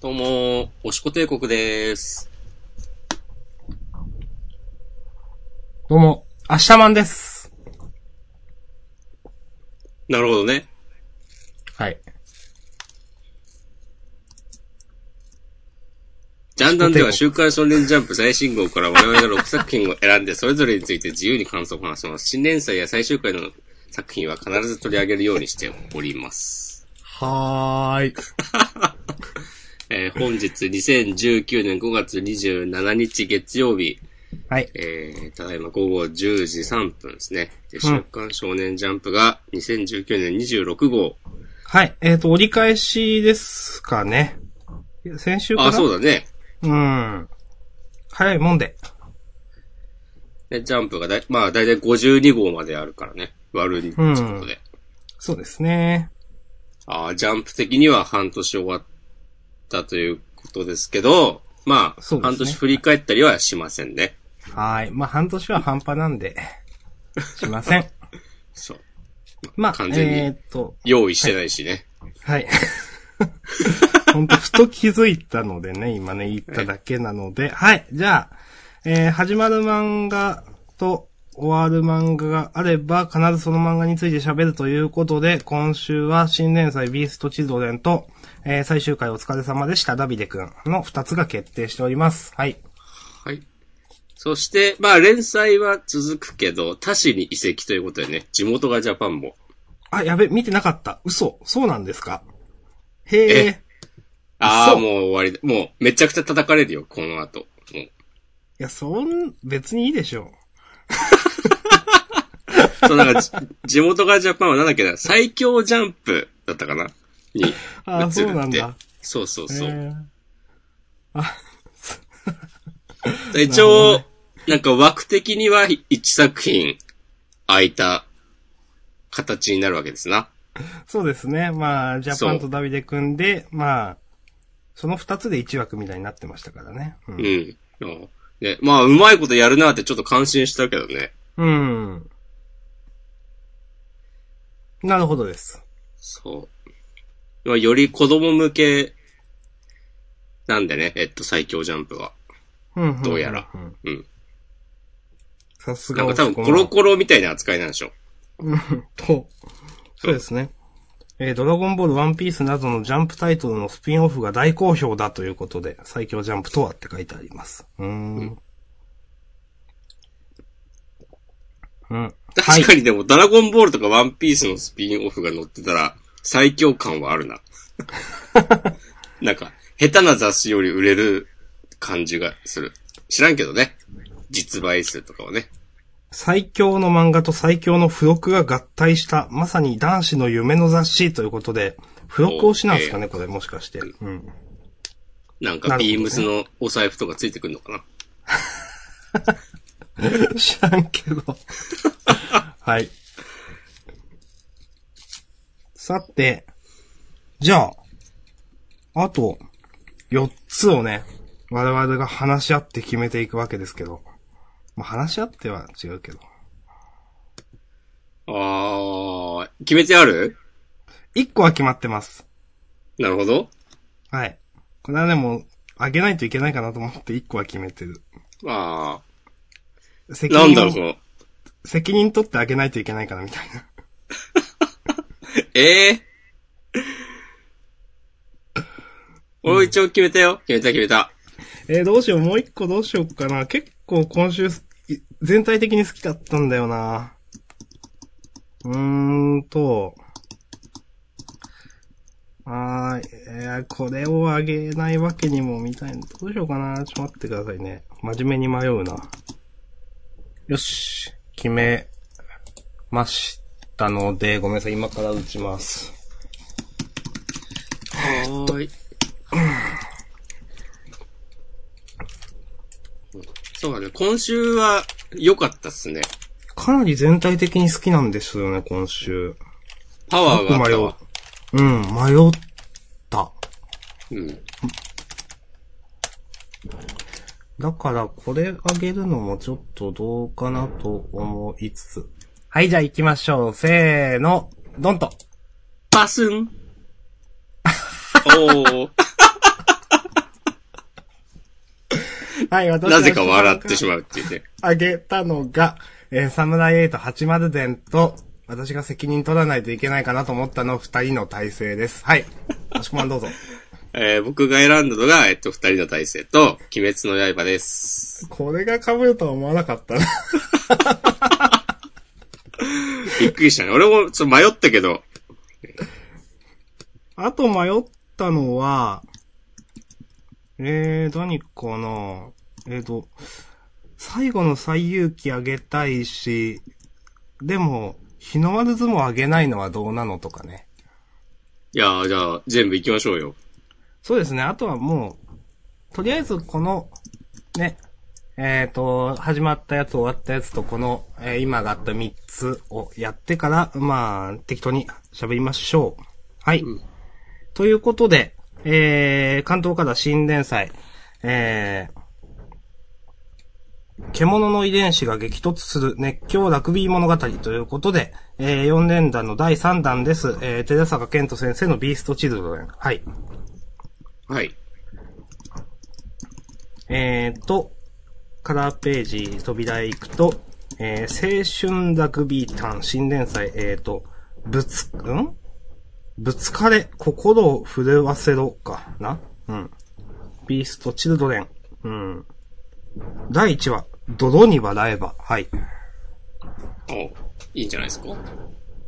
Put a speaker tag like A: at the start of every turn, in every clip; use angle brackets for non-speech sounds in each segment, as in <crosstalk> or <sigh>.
A: どうもー、おしこ帝国でーす。
B: どうも、明日マンです。
A: なるほどね。
B: はい。
A: ジャンダンでは週刊少年ジャンプ最新号から我々が6作品を選んで、それぞれについて自由に感想を話します。新連載や最終回の作品は必ず取り上げるようにしております。
B: はーい。
A: えー本日2019年5月27日月曜日、
B: はい。
A: えー、ただいま午後10時3分ですね。で週刊少年ジャンプが2019年26号。
B: はい。えっ、と、折り返しですかね。先週から
A: あ、そうだね。
B: うん。早いもんで。
A: でジャンプがだい、まあ、だいたい52号まであるからね。割るってことで。
B: そうですね。
A: ああ、ジャンプ的には半年終わったということですけど、まあ、
B: そうです
A: 半
B: ね
A: 年振り返ったりはしませんね。
B: はーい。まあ、半年は半端なんで、しま
A: <laughs>
B: せん。
A: そう。
B: まあ、
A: 完全に
B: えっ、と、
A: 用意してないしね。
B: はい。 <laughs> 本当ふと気づいたのでね、今ね、言っただけなので。はい。じゃあ、えー、始まる漫画と終わる漫画があれば、必ずその漫画について喋るということで、今週は新連載ビーストチドレンと、えー、最終回お疲れ様でした、ダビデくんの二つが決定しております。はい。
A: はい。そして、まあ、連載は続くけど、他市に移籍ということでね、地元がジャパンも。
B: あ、やべ、見てなかった。嘘。そうなんですか。へえ
A: え。ああ、
B: そう
A: もう終わりだ。もう、めちゃくちゃ叩かれるよ、この後。もう
B: いや、そん、別にいいでしょ
A: そう、なんか、じ地元がジャパンはなんだっけな、最強ジャンプだったかなに、移るって。
B: あーそうなんだ
A: そうそう
B: う。
A: そう。
B: へー
A: 一応、なんか枠的には一作品空いた形になるわけですな。
B: そうですね。まあ、ジャパン
A: そ
B: と
A: う
B: ダビデ組んで、まあ、その二つで一枠みたいになってましたからね。う。
A: うんん。うんで、まあ、うまいことやるなってちょっと感心したけどね。
B: うん。なるほどです。
A: そう。まあ、より子供向けなんでね、えっと、最強ジャンプは。
B: うん。ん
A: どうやら。
B: ん
A: うん。
B: さす
A: な
B: が
A: んか多分
B: 男
A: コ
B: の
A: ロコロみたいな扱いなんでしょ。
B: うんと、 <laughs> そうですね。えードラゴンボール、ワンピースなどのジャンプタイトルのスピンオフが大好評だということで、最強ジャンプとはって書いてあります。うーん。うん。はい
A: <laughs> 確かにでも、ドラゴンボールとかワンピースのスピンオフが載ってたら、最強感はある
B: <laughs>
A: な。なんか、下手な雑誌より売れる感じがする。知らんけどね。実売数とかはね。
B: 最強の漫画と最強の付録が合体した、まさに男子の夢の雑誌ということで、付録推しなんですかね、これもしかして。うん。
A: なんか、
B: なるほどね
A: ビームスのお財布とかついてくるのかな。
B: 知らんけど。 <laughs> はい。さて、じゃあ、あと、4つをね、我々が話し合って決めていくわけですけど。まあ、話し合っては違うけど。
A: あー、決めてある
B: 1個は決まってます。
A: なるほど。
B: はい。これはでも、あげないといけないかなと思って1個は決めてる。
A: あー、
B: 責
A: なんだ
B: 任
A: ろう、
B: を
A: そ、の、
B: 責任取ってあげないといけないかなみたいな。
A: え
B: <laughs>
A: えー。お一応決めたよ。決めた決めた。
B: えー、どうしよう、もう一個どうしようかな。結構今週す、い全体的に好きだったんだよな。うーんと、あー、えーこれをあげないわけにもみたいな。どうしようかな。ちょっと待ってくださいね。真面目に迷うな。よし、決めましたので、ごめんなさい、今から打ちます。
A: はーい。そうだね。今週は良かったっすね。
B: かなり全体的に好きなんですよね、今週。
A: パワーがあった
B: 迷
A: わ。
B: う。うん、迷った。
A: うん。
B: だから、これあげるのもちょっとどうかなと思いつつ。はい、じゃあ行きましょう。せーの、ドンと。
A: <laughs> パスンおー。
B: はい、私
A: なぜか笑ってしまうっていうね。
B: あげたのが、えー、サムライエイト80伝と、私が責任取らないといけないかなと思ったの二人の体制です。はい。
A: <laughs>
B: 押し込まんどうぞ。
A: えー僕が選んだのが、えっと、二人の体制と、鬼滅の刃です。
B: これが被るとは思わなかったな。
A: びっくりしたね。俺もちょっと迷ったけど、
B: あと迷ったのは、えー、何かなえーと、最後の最勇気あげたいし、でも、日の丸相撲あげないのはどうなのとかね。
A: いやーじゃあ、全部行きましょうよ。
B: そうですね。あとはもう、とりあえずこの、ね、えっ、と、始まったやつ終わったやつとこの、えー今があった3つをやってから、まあ、適当に喋りましょう。はい。ということで、えー、関東から新連載、えー、獣の遺伝子が激突する熱狂ラグビー物語ということで、えー、4連弾の第3弾です。えー、寺坂健人先生のビーストチルドレン。はい。
A: はい。
B: えーと、カラーページ、扉へ行くと、えー、青春ラグビータン、新連載、えーと、ぶつ、んぶつかれ、心を震わせろ、かなうん。ビースト、チルドレン。うん。第1話、泥に笑えば。はい。
A: おいいんじゃないですか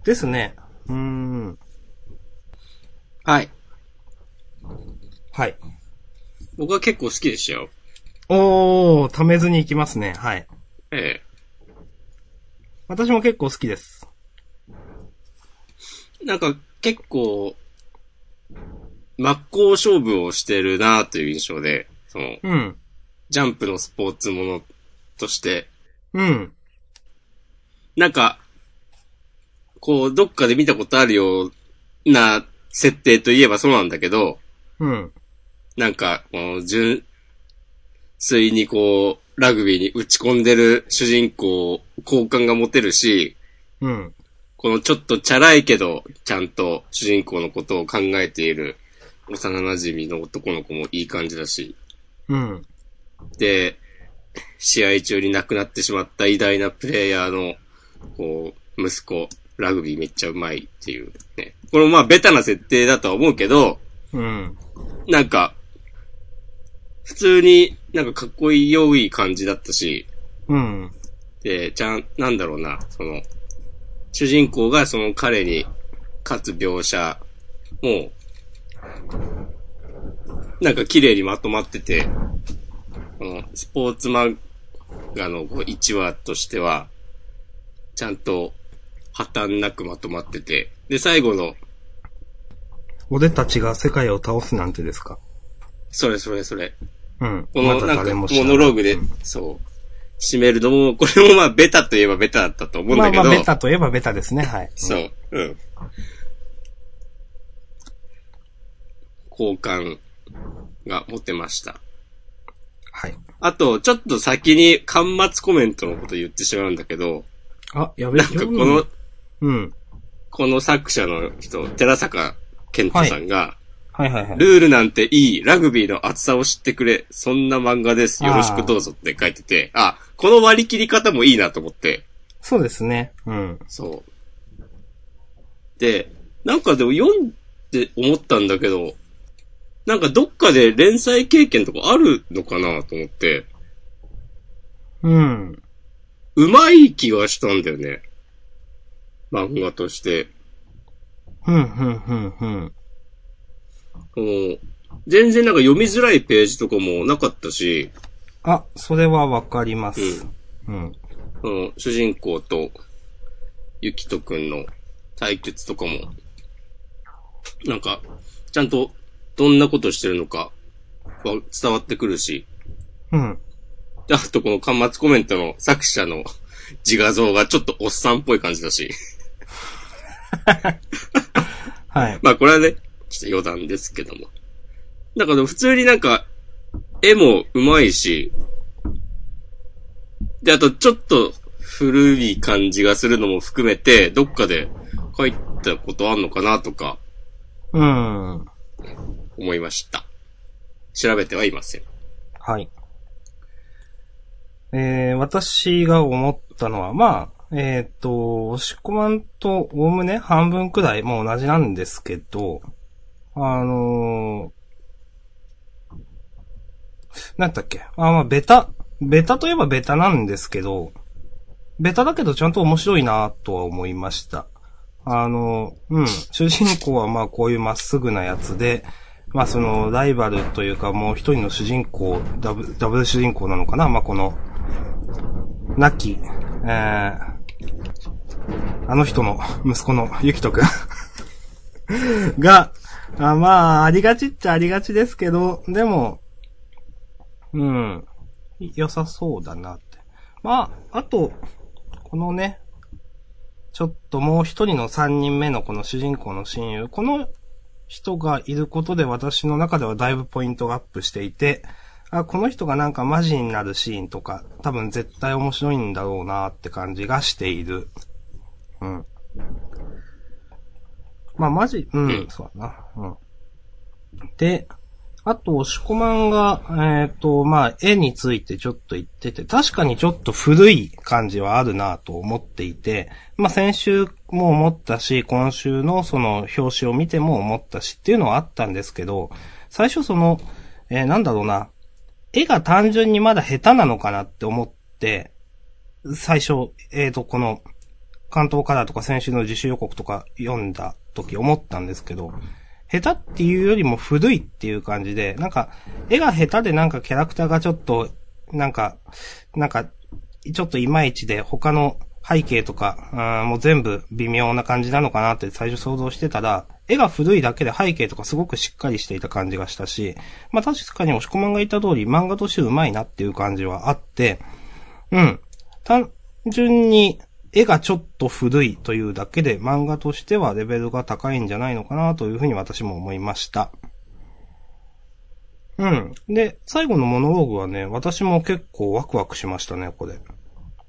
B: ですね。うーん。
A: はい。
B: はい。
A: 僕は結構好きでしたよ。
B: おー、ためずに行きますね。はい。
A: え
B: 私も結構好きです。
A: えなんか、結構、真っ向勝負をしてるなという印象で、その、
B: うん。
A: ジャンプのスポーツものとして、
B: うん。
A: なんか、こう、どっかで見たことあるような設定といえばそうなんだけど、
B: うん。
A: なんか、この純粋にこう、ラグビーに打ち込んでる主人公、好感が持てるし、
B: うん。
A: このちょっとチャラいけど、ちゃんと主人公のことを考えている幼馴染の男の子もいい感じだし、
B: うん。
A: で、試合中に亡くなってしまった偉大なプレイヤーの、こう、息子、ラグビーめっちゃうまいっていうね。これもまあベタな設定だとは思うけど、
B: うん。
A: なんか、普通になんかかっこいい良い感じだったし、
B: うん。
A: で、ちゃん、なんだろうな、その、主人公がその彼に勝つ描写も、なんか綺麗にまとまってて、このスポーツ漫画のこう1話としては、ちゃんと破綻なくまとまってて、で、最後の、
B: 俺たちが世界を倒すなんてですか
A: それそれそれ、
B: うん。
A: この
B: まだ
A: なん
B: 誰
A: かモ
B: も知らない
A: ノローグで、そう、締めるのも、これもまあベタといえばベタだったと思うん
B: まあ
A: だけ
B: ま
A: ど、
B: あ、ベタといえばベタですね、はい。
A: そう。うん。好感が持てました。
B: はい。
A: あと、ちょっと先に、端末コメントのこと言ってしまうんだけど、
B: あ、やべ
A: なんかこの、、
B: うん。
A: この作者の人、寺坂健太さんが、
B: はいはいはい。
A: ルールなんていい、ラグビーの厚さを知ってくれ、そんな漫画です、よろしくどうぞって書いてて、あ、この割り切り方もいいなと思って、
B: そうですね。うん。
A: そう。で、なんかでも読んで思ったんだけど、なんかどっかで連載経験とかあるのかなと思って、
B: うん。
A: うまい気がしたんだよね。漫画として。
B: ふんふんふんふん。
A: この全然なんか読みづらいページとかもなかったし、
B: あ、それはわかります。うん。
A: この主人公とゆきとくんの対決とかも、なんか、ちゃんとどんなことしてるのかは伝わってくるし、
B: うん。
A: で <laughs> あとこの端末コメントの作者の自画像がちょっとおっさんっぽい感じだし。 <laughs>
B: はい。
A: まあこれはね、ちょっと余談ですけども。だから普通になんか、絵も上手いし、で、あとちょっと古い感じがするのも含めて、どっかで書いたことあんのかなとか
B: うん。は
A: 思いました。調べてはいません。
B: い。えー私が思ったのは、まあ、えーっ、と、押し込まんとおおむね半分くらい、もう同じなんですけど、あのーなんだっけ、あ、まあ、ベタ、ベタといえばベタなんですけど、ベタだけどちゃんと面白いなとは思いました。あの、うん、主人公はまあこういうまっすぐなやつで、まあそのライバルというかもう一人の主人公、ダブダブル主人公なのかなまあこの、亡き、えー、あの人の息子のゆきとくん <laughs> が、あまあ、ありがちっちゃありがちですけど、でも、うん、い良さそうだなって。まあ、あと、このね、ちょっともう一人の三人目のこの主人公の親友、この人がいることで私の中ではだいぶポイントがアップしていて、あ、この人がなんかマジになるシーンとか、多分絶対面白いんだろうなって感じがしている。うん。まあマジ、うん、
A: うん
B: そうだな。うん。で、あと、押し込まんが、えっ、と、まあ、絵についてちょっと言ってて、確かにちょっと古い感じはあるなと思っていて、まあ、先週も思ったし、今週のその表紙を見ても思ったしっていうのはあったんですけど、最初その、えーなんだろうな、絵が単純にまだ下手なのかなって思って、最初、えっ、と、この、関東カラーとか先週の自主予告とか読んだ時思ったんですけど、下手っていうよりも古いっていう感じで、なんか、絵が下手でなんかキャラクターがちょっと、なんか、なんか、ちょっといまいちで他の背景とか、うんもう全部微妙な感じなのかなって最初想像してたら、絵が古いだけで背景とかすごくしっかりしていた感じがしたし、まあ確かに押し込まんが言った通り漫画として上手いなっていう感じはあって、うん。単純に絵がちょっと古いというだけで漫画としてはレベルが高いんじゃないのかなというふうに私も思いました。うん。で、最後のモノローグはね、私も結構ワクワクしましたね、これ。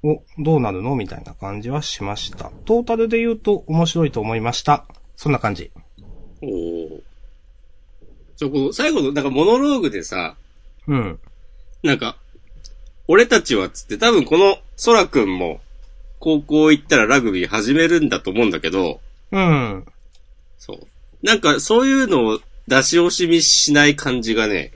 B: お、どうなるのみたいな感じはしました。トータルで言うと面白いと思いました。そんな感じ。
A: おーそこ、最後の、なんかモノローグでさ、
B: うん。
A: なんか、俺たちはっつって、多分この空くんも、高校行ったらラグビー始めるんだと思うんだけど、
B: うん。
A: そう。なんか、そういうのを出し惜しみしない感じがね、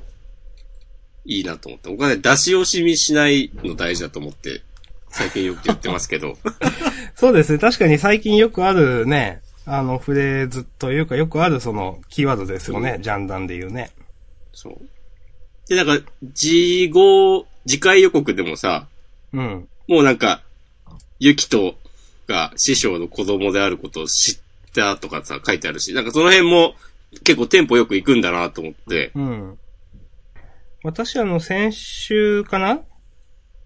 A: いいなと思って。お金出し惜しみしないの大事だと思って、最近よく言ってますけど。
B: そうですね。確かに最近よくあるね、あのフレーズというかよくあるそのキーワードですよね。ジャンダンで言うね。
A: そう。で、なんか、次号、次回予告でもさ、
B: うん。
A: もうなんか、ゆきとが師匠の子供であることを知ったとかさ、書いてあるし、なんかその辺も結構テンポよく行くんだなと思って、
B: うん。私あの先週かな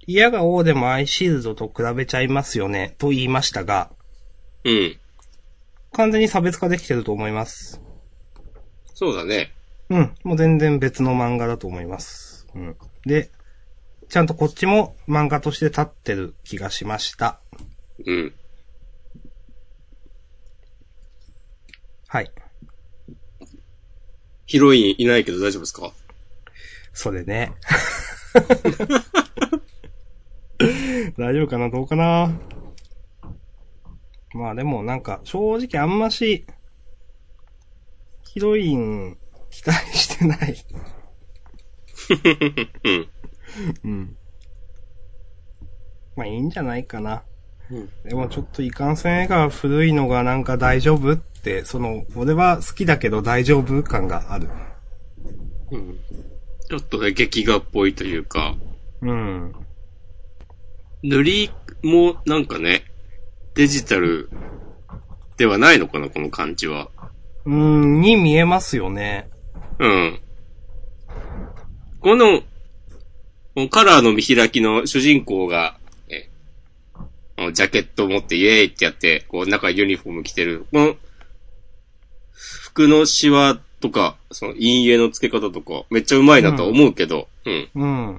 B: 嫌が王でもアイシールドと比べちゃいますよね。と言いましたが、
A: うん。
B: 完全に差別化できてると思います。
A: そうだね。
B: うん。もう全然別の漫画だと思います。うん。で、ちゃんとこっちも漫画として立ってる気がしました。
A: うん。
B: はい。
A: ヒロインいないけど大丈夫ですか
B: それね。 <laughs> 大丈夫かなどうかなまあでもなんか、正直あんまし、ヒロイン、期待してない。 <laughs>
A: うん。
B: うん。まあいいんじゃないかな。
A: うん
B: でもちょっといかんせん絵が古いのがなんか大丈夫って、その、俺は好きだけど大丈夫感がある。
A: うん。ちょっとね、劇画っぽいというか、
B: うん。
A: 塗りもなんかね、デジタルではないのかな、この感じは。
B: うん、に見えますよね。
A: うん。この、このカラーの見開きの主人公が、え、あのジャケットを持ってイエーイってやって、こう中ユニフォーム着てる。この、服のシワとか、その陰影の付け方とか、めっちゃうまいなとは思うけど、うん。
B: うん。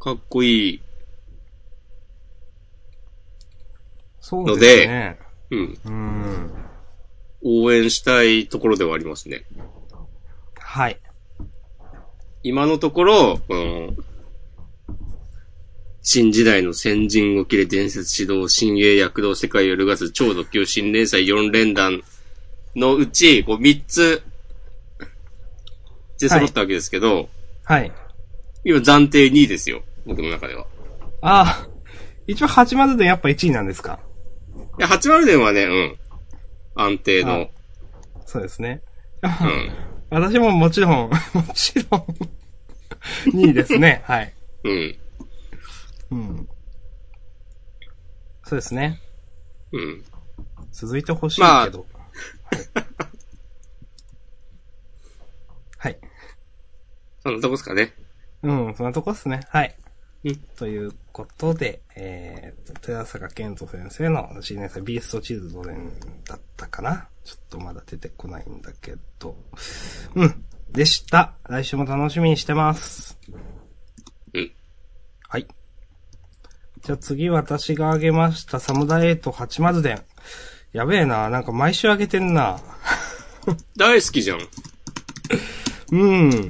A: かっこいい。
B: そうですね。
A: うん。
B: うん。
A: 応援したいところではありますね。
B: はい。
A: 今のところ、この、新時代の先人を切れ伝説指導、新鋭躍動世界を揺るがす超特急新連載4連弾のうち、こう3つ、で揃ったわけですけど、
B: はい。
A: 今暫定2位ですよ。僕の中では。
B: ああ、一応始まるでやっぱ1位なんですか
A: いや、80年はね、うん。安定の。
B: そうですね。
A: うん。
B: 私ももちろん、も <laughs> ちろん、2位ですね。
A: <laughs>
B: はい。
A: うん。
B: うん。そうですね。
A: うん。
B: 続いてほしい
A: まあ
B: けど。はい。
A: そんなとこですかね。
B: うん、そんなとこっすね。はい。
A: うん
B: ということで、えーと、寺坂健人先生の新年祭ビーストチルドレンだったかなちょっとまだ出てこないんだけど。うん。でした。来週も楽しみにしてます。
A: うん。
B: はい。じゃあ次私があげましたサムダイエイト80伝。やべえな。なんか毎週あげてんな。
A: 大好きじゃん。
B: うん。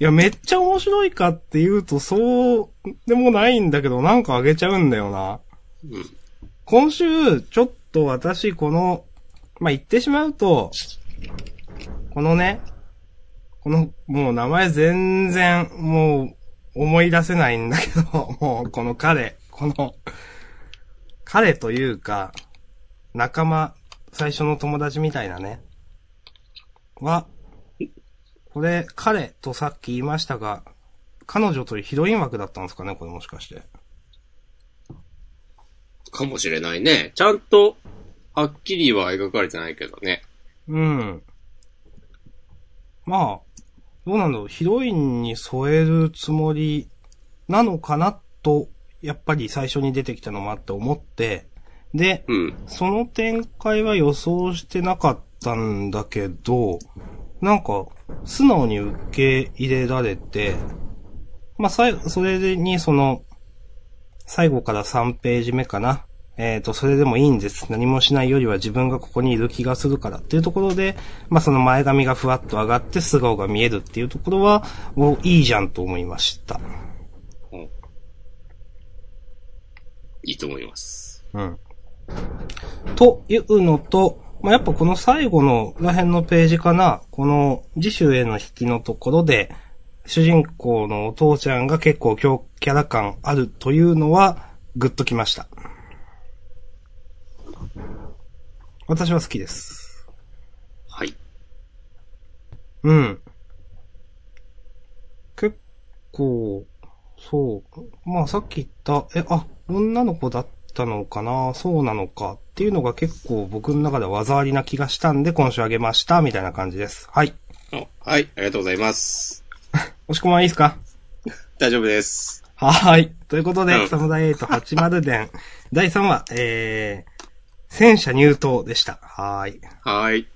B: いや、めっちゃ面白いかって言うと、そうでもないんだけど、なんかあげちゃうんだよな。
A: うん。
B: 今週、ちょっと私、この、まあ、言ってしまうと、このね、この、もう名前全然、もう、思い出せないんだけど、 <laughs> もう、この彼、この、彼というか、仲間、最初の友達みたいなね、は、これ、彼とさっき言いましたが、彼女というヒロイン枠だったんですかね、これもしかして。
A: かもしれないね。ちゃんと、はっきりは描かれてないけどね。
B: うん。まあ、どうなんだろう。ヒロインに添えるつもりなのかなと、やっぱり最初に出てきたのもあって思って、で、
A: うん。
B: その展開は予想してなかったんだけど、なんか、素直に受け入れられて、まあ、さい、それにその、最後から3ページ目かな。えっ、と、それでもいいんです。何もしないよりは自分がここにいる気がするからっていうところで、まあ、その前髪がふわっと上がって素顔が見えるっていうところは、お、いいじゃんと思いました。
A: いいと思います。
B: うん。というのと、まあ、やっぱこの最後のら辺のページかな、この次週への引きのところで、主人公のお父ちゃんが結構強キャラ感あるというのは、グッときました。私は好きです。
A: はい。
B: うん。結構、そう。まあさっき言った、え、あ、女の子だったのかな、そうなのかっていうのが結構僕の中で技ありな気がしたんで今週あげました、みたいな感じです。はい。
A: あはい。ありがとうございます。
B: 押し込まんいいですか
A: 大丈夫です。
B: はーい。ということで、
A: うん
B: サムダイエイト80伝、 <laughs> 第3話、えー、戦車入刀でした。はーい。
A: はい。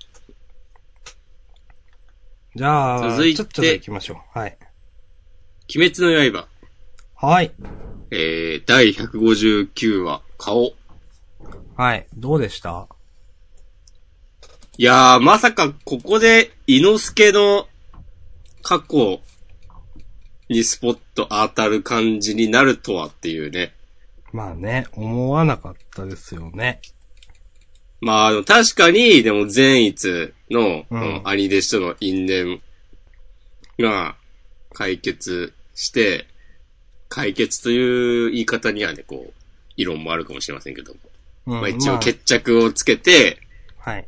B: じゃあ、
A: 続いて
B: ちょっと行きましょう。はい。
A: 鬼滅の刃。
B: はーい。
A: えー、第159話、顔。
B: はい。どうでした
A: いやー、まさかここで、伊之助の過去にスポット当たる感じになるとはっていうね。
B: まあね、思わなかったですよね。
A: まああの、確かに、でも善逸の、
B: うん
A: この兄弟子との因縁が解決して、解決という言い方にはね、こう、異論もあるかもしれませんけども。
B: うん
A: まあ一応決着をつけて、
B: まあはい。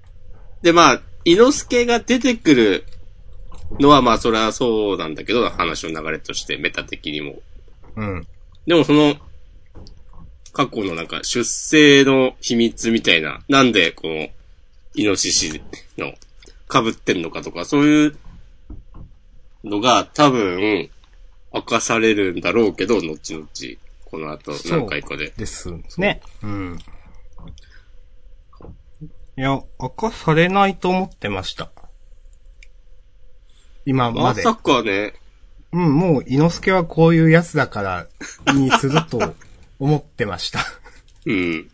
A: でまあ、伊之助が出てくるのはまあそれはそうなんだけど、話の流れとしてメタ的にも。
B: うん。
A: でもその、過去のなんか出生の秘密みたいな、なんでこの、イノシシの被ってんのかとか、そういうのが多分、明かされるんだろうけど、後々、この後何回かで。
B: です。ね。うん。いや、明かされないと思ってました。今ま
A: ま
B: で。
A: さかね、
B: うん、もう、伊之助はこういうやつだから、にすると思ってました。い
A: うん、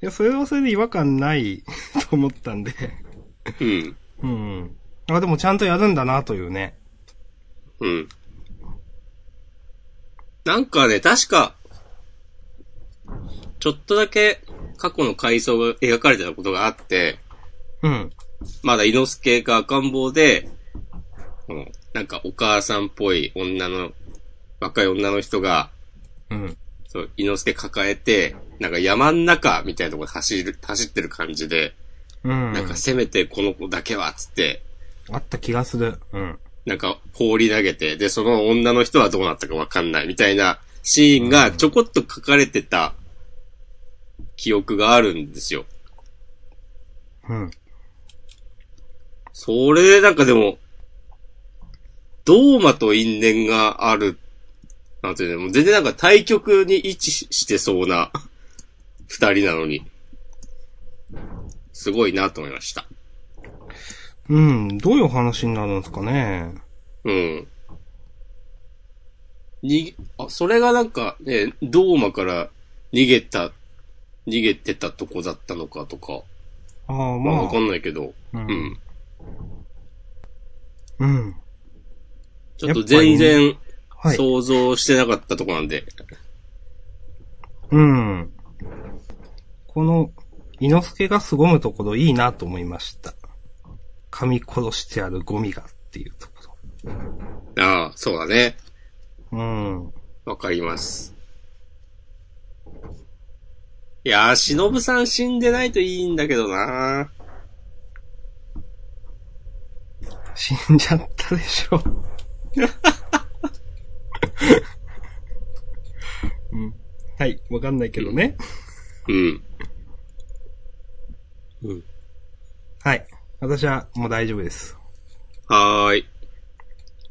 B: や、それはそれで違和感ないと思ったんで。
A: うん、
B: うん。あ、でもちゃんとやるんだな、というね。
A: うん。なんかね、確か、ちょっとだけ過去の回想が描かれてたことがあって、
B: うん。
A: まだ猪之助が赤ん坊で、このなんかお母さんっぽい女の、若い女の人が、
B: うん。
A: そう、猪之助抱えて、なんか山ん中みたいなところで走る、走ってる感じで、
B: うん。
A: なんかせめてこの子だけは、つって、
B: あった気がする。うん。
A: なんか放り投げて、で、その女の人はどうなったかわかんないみたいなシーンがちょこっと書かれてた記憶があるんですよ。
B: うん。
A: それでなんかでも、ドーマと因縁がある、なんていうの、もう全然なんか対極に位置してそうな <laughs> 二人なのに、すごいなと思いました。
B: うん。どういう話になるんですかね。
A: うん。に、あ、それがなんかね、ドーマから逃げた、逃げてたとこだったのかとか、
B: ああ、
A: まあ
B: ま
A: わかんないけど、
B: あ。う。
A: うんん。
B: うん。
A: ちょっと全然
B: はい。
A: 想像してなかったとこなんで、
B: うん。この、猪之助が凄むところいいなと思いました。噛み殺してあるゴミがっていうとこ
A: ああ、そうだね。
B: ろ。うん。
A: わかります。いやー、しのぶさん死んでないといいんだけどな
B: 死んじゃったでしょ。 <laughs> うん、はい、わかんないけどね。
A: うん。うん。
B: はい。私はもう大丈夫です。
A: はーい。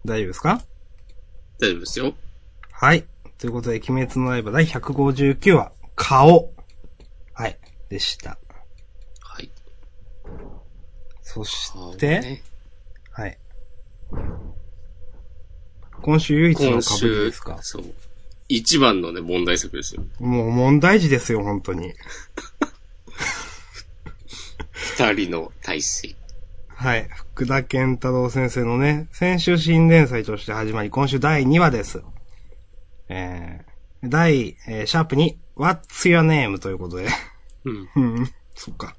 B: 大丈夫ですか
A: 大丈夫ですよ。
B: はい。ということで、鬼滅の刃第159話、顔。はい。でした。
A: はい。
B: そし
A: はーい
B: て、
A: ね
B: はい。今週唯一の
A: 今
B: 被りで
A: 週
B: すか、
A: そう。一番のね、問題作ですよ。
B: もう問題児ですよ、本当に。
A: 二人の体制。
B: はい。福田健太郎先生のね、先週新連載として始まり、今週第2話です。えー、第、えーシャープに、What's your name? ということで。
A: うん。
B: うん、そっか。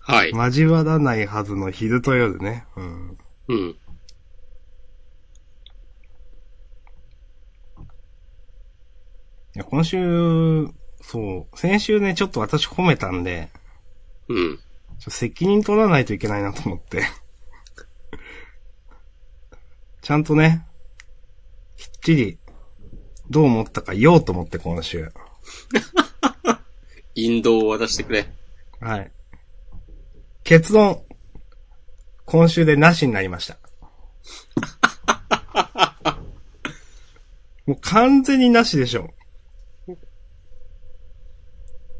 A: はい。
B: 交わらないはずの昼と夜ね。うん。
A: うん。
B: いや、今週、そう、先週ね、ちょっと私褒めたんで、
A: うん。
B: ちょ責任取らないといけないなと思って。 <laughs> ちゃんとね、きっちり、どう思ったか言おうと思って、今週。
A: 引導を渡してくれ。
B: はい。結論、今週でなしになりました。 <laughs> もう完全になしでしょ。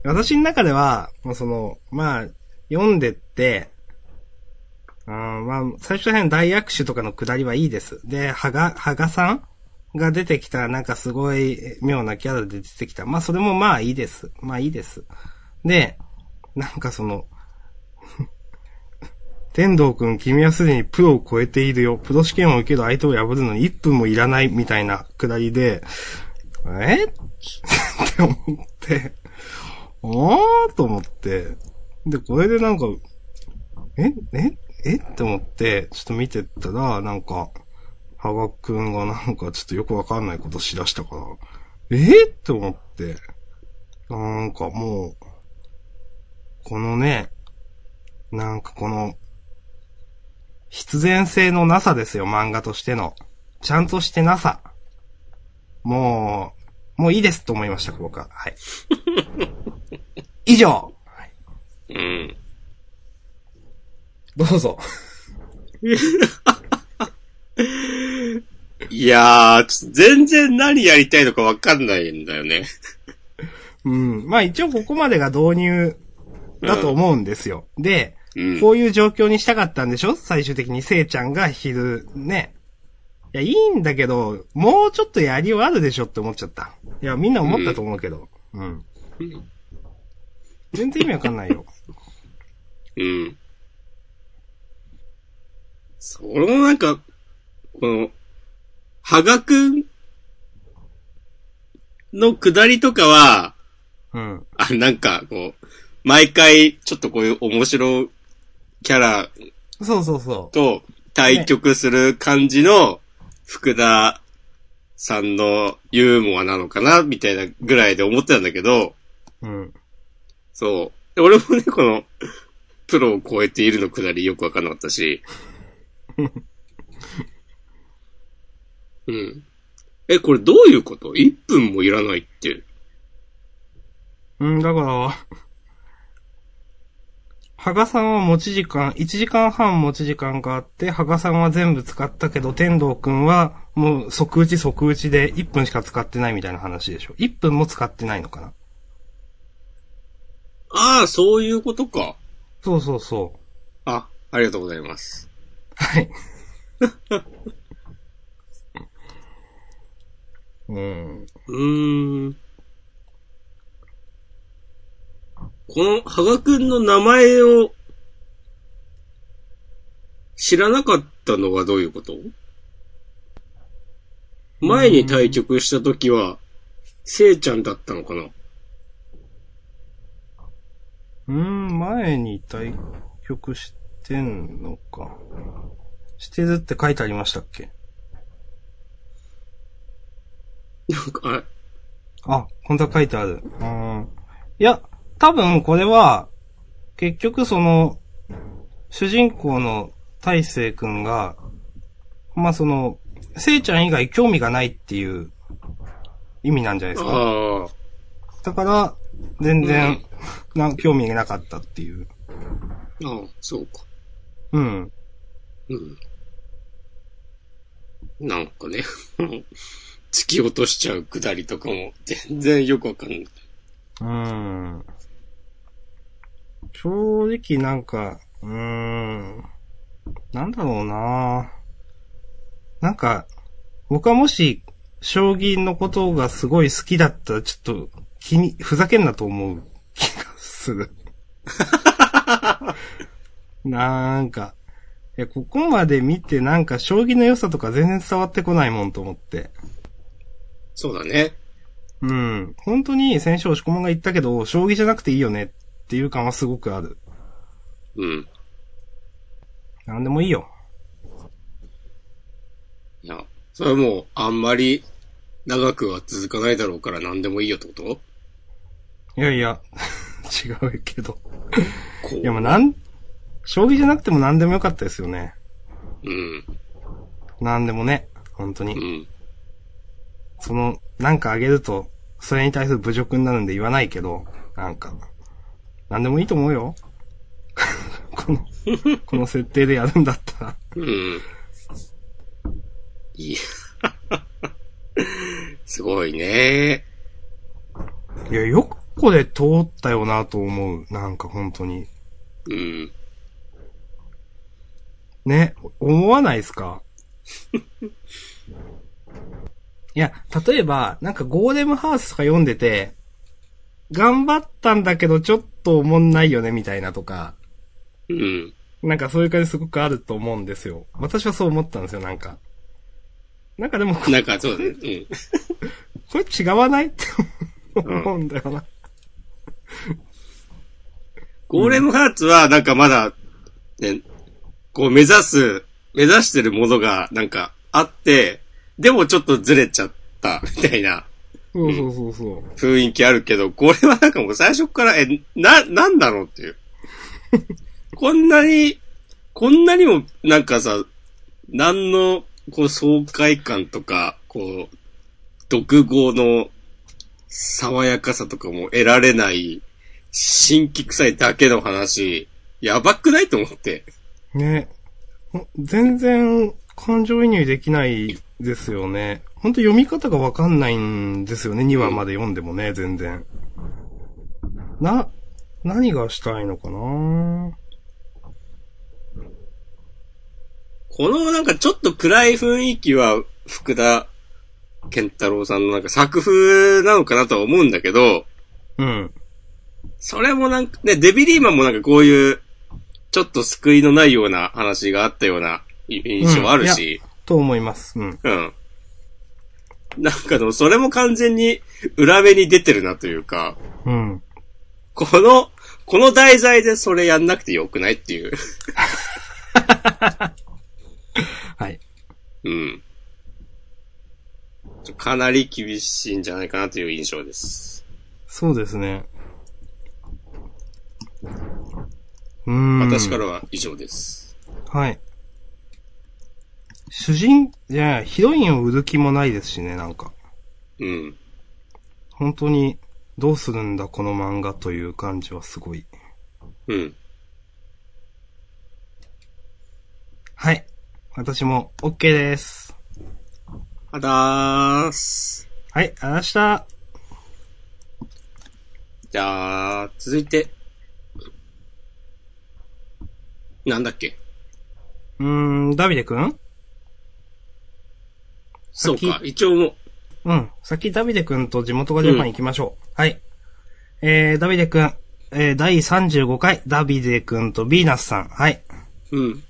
B: 私の中では、もうその、まあ、読んでって、あーまあ、最初ら辺大役手とかの下りはいいです。で、はが、はがさんが出てきた、なんかすごい妙なキャラで出てきた。まあ、それもまあいいです。まあいいです。で、なんかその、 <laughs> 天道くん、君はすでにプロを超えているよ。プロ試験を受ける相手を破るのに1分もいらない、みたいなくだりで、え <laughs> って思って、おーと思って、で、これでなんか、えええって思って、ちょっと見てったら、なんか、羽賀くんがなんかちょっとよくわかんないことしだしたから、えって思って、なんかもう、このね、なんかこの、必然性のなさですよ、漫画としての。ちゃんとしてなさ。もう、もういいですと思いました、僕は。はい。以上はい
A: うん。
B: どうぞ。
A: いやー、ちょっと全然何やりたいのかわかんないんだよね。
B: うん。まあ一応ここまでが導入だと思うんですよ。で、
A: うん。
B: こういう状況にしたかったんでしょ最終的にせいちゃんが昼、ね。いや、いいんだけど、もうちょっとやりはあるでしょって思っちゃった。いや、みんな思ったと思うけど。うん。
A: うん
B: 全然意味わかんないよ。
A: うん。そのなんか、この、羽賀くんの下りとかは、
B: うん。
A: あ、なんか、こう、毎回、ちょっとこういう面白キャラ
B: そうそうそ
A: と対局する感じの、福田さんのユーモアなのかな、みたいなぐらいで思ってたんだけど、
B: う。うん。
A: そう。で俺もね、この、プロを超えているのくだりよくわかんなかったし。うん。え、これどういうこと ?1 分もいらないって。
B: うん、だから、羽賀さんは持ち時間、1時間半持ち時間があって、羽賀さんは全部使ったけど、天童くんはもう即打ち即打ちで1分しか使ってないみたいな話でしょ。1分も使ってないのかな
A: ああ、そういうことか。
B: そうそうそう。
A: あ、ありがとうございます。
B: はい。 <laughs> うん。
A: うーん。この、羽賀くんの名前を、知らなかったのはどういうこと前に対局した時は、せいちゃんだったのかな
B: うん、前に対局してんのか。してずって書いてありましたっけ
A: なんか、あ
B: あ、本当は書いてある。うん。いや、多分これは、結局その、主人公の大成くんが、まあその、せいちゃん以外興味がないっていう意味なんじゃないですか。
A: ああ、
B: だから、全然、な興味がなかったっていう。
A: ああ、そうか。
B: うん。
A: うん。なんかね、突き落としちゃうくだりとかも、全然よくわかんない。
B: うん。正直なんか、うーん。なんだろうななんか、僕はもし、将棋のことがすごい好きだったら、ちょっと、気に、ふざけんなと思う気がする。 <laughs> なんか、いや、ここまで見てなんか将棋の良さとか全然伝わってこないもんと思って。
A: そうだね。
B: うん。本当に先週押し込まんが言ったけど、将棋じゃなくていいよねっていう感はすごくある。
A: うん。
B: なんでもいいよ。
A: いや、それはもう、あんまり、長くは続かないだろうから何でもいいよってこと
B: いやいや、 <laughs> 違うけど。
A: こう。
B: いやまあなん、将棋じゃなくても何でもよかったですよね。
A: うん。
B: 何でもね。本当
A: う
B: に。
A: ん。
B: その、なんかあげると、それに対する侮辱になるんで言わないけど、なんか、何でもいいと思うよ。 <laughs> この、この設定でやるんだったら。
A: うん。いや、 <laughs> すごいね。
B: いや、よくこれ通ったよなと思う。なんか本当に。
A: うん。
B: ね、思わないですかいや、例えば、なんかゴーレムハウスとか読んでて、頑張ったんだけどちょっとおもんないよねみたいなとか、
A: うん。
B: なんかそういう感じすごくあると思うんですよ。私はそう思ったんですよ、なんか。なんかでも、こ
A: なんか、そうだね。うん。
B: これ違わないって思うんだよな。
A: ゴーレムハーツは、なんかまだ、ね、こう目指す、目指してるものが、なんか、あって、でもちょっとずれちゃった、みたいな
B: そうそうそうそう。
A: 雰囲気あるけど、これはなんかもう最初から、え、な、なんだろうっていう。 <laughs> こんなに、こんなにも、なんかさ、何の、こう、爽快感とか、こう、独語の爽やかさとかも得られない、新規臭いだけの話、やばくないと思って。
B: ね。ほ全然感情移入できないですよね。ほんと読み方がわかんないんですよね。2話まで読んでもね、全然。な、何がしたいのかな
A: このなんかちょっと暗い雰囲気は、福田健太郎さんのなんか作風なのかなとは思うんだけど、
B: うん。
A: それもなんか、ね、デビリーマンもなんかこういう、ちょっと救いのないような話があったような印象あるし、
B: と思います。うん。
A: うん。なんかでもそれも完全に裏目に出てるなというか、
B: うん。
A: この、この題材でそれやんなくてよくないっていう。 <laughs>
B: はい。
A: うん。かなり厳しいんじゃないかなという印象です。
B: そうですね。うーん。
A: 私からは以上です。
B: はい。主人、いや、ヒロインを売る気もないですしね、なんか。
A: うん。
B: 本当に、どうするんだ、この漫画という感じはすごい。
A: うん。
B: はい。私も、OK です。
A: あだーす。
B: はい、あらした。
A: じゃあ、続いて。なんだっけ
B: うーん、ダビデくん
A: そう
B: 先
A: か、一応もう、
B: うん。さっきダビデくんと地元がジャパン行きましょう。はい。えー、ダビデくん、えー、第35回、ダビデくんとビーナスさん。はい。
A: うん。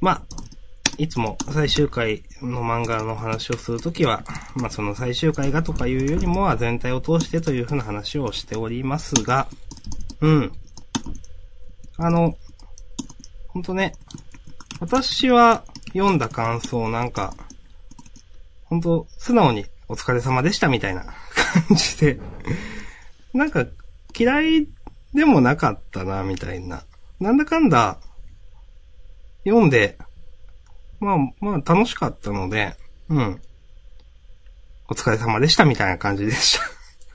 B: まあ、いつも最終回の漫画の話をするときは、まあその最終回がとかいうよりもは全体を通してというふうな話をしておりますが、うん。あの、ほんとね、私は読んだ感想なんか、ほんと素直にお疲れ様でしたみたいな感じで、なんか嫌いでもなかったなみたいな。なんだかんだ、読んで、まあまあ楽しかったので、うん。お疲れ様でしたみたいな感じでし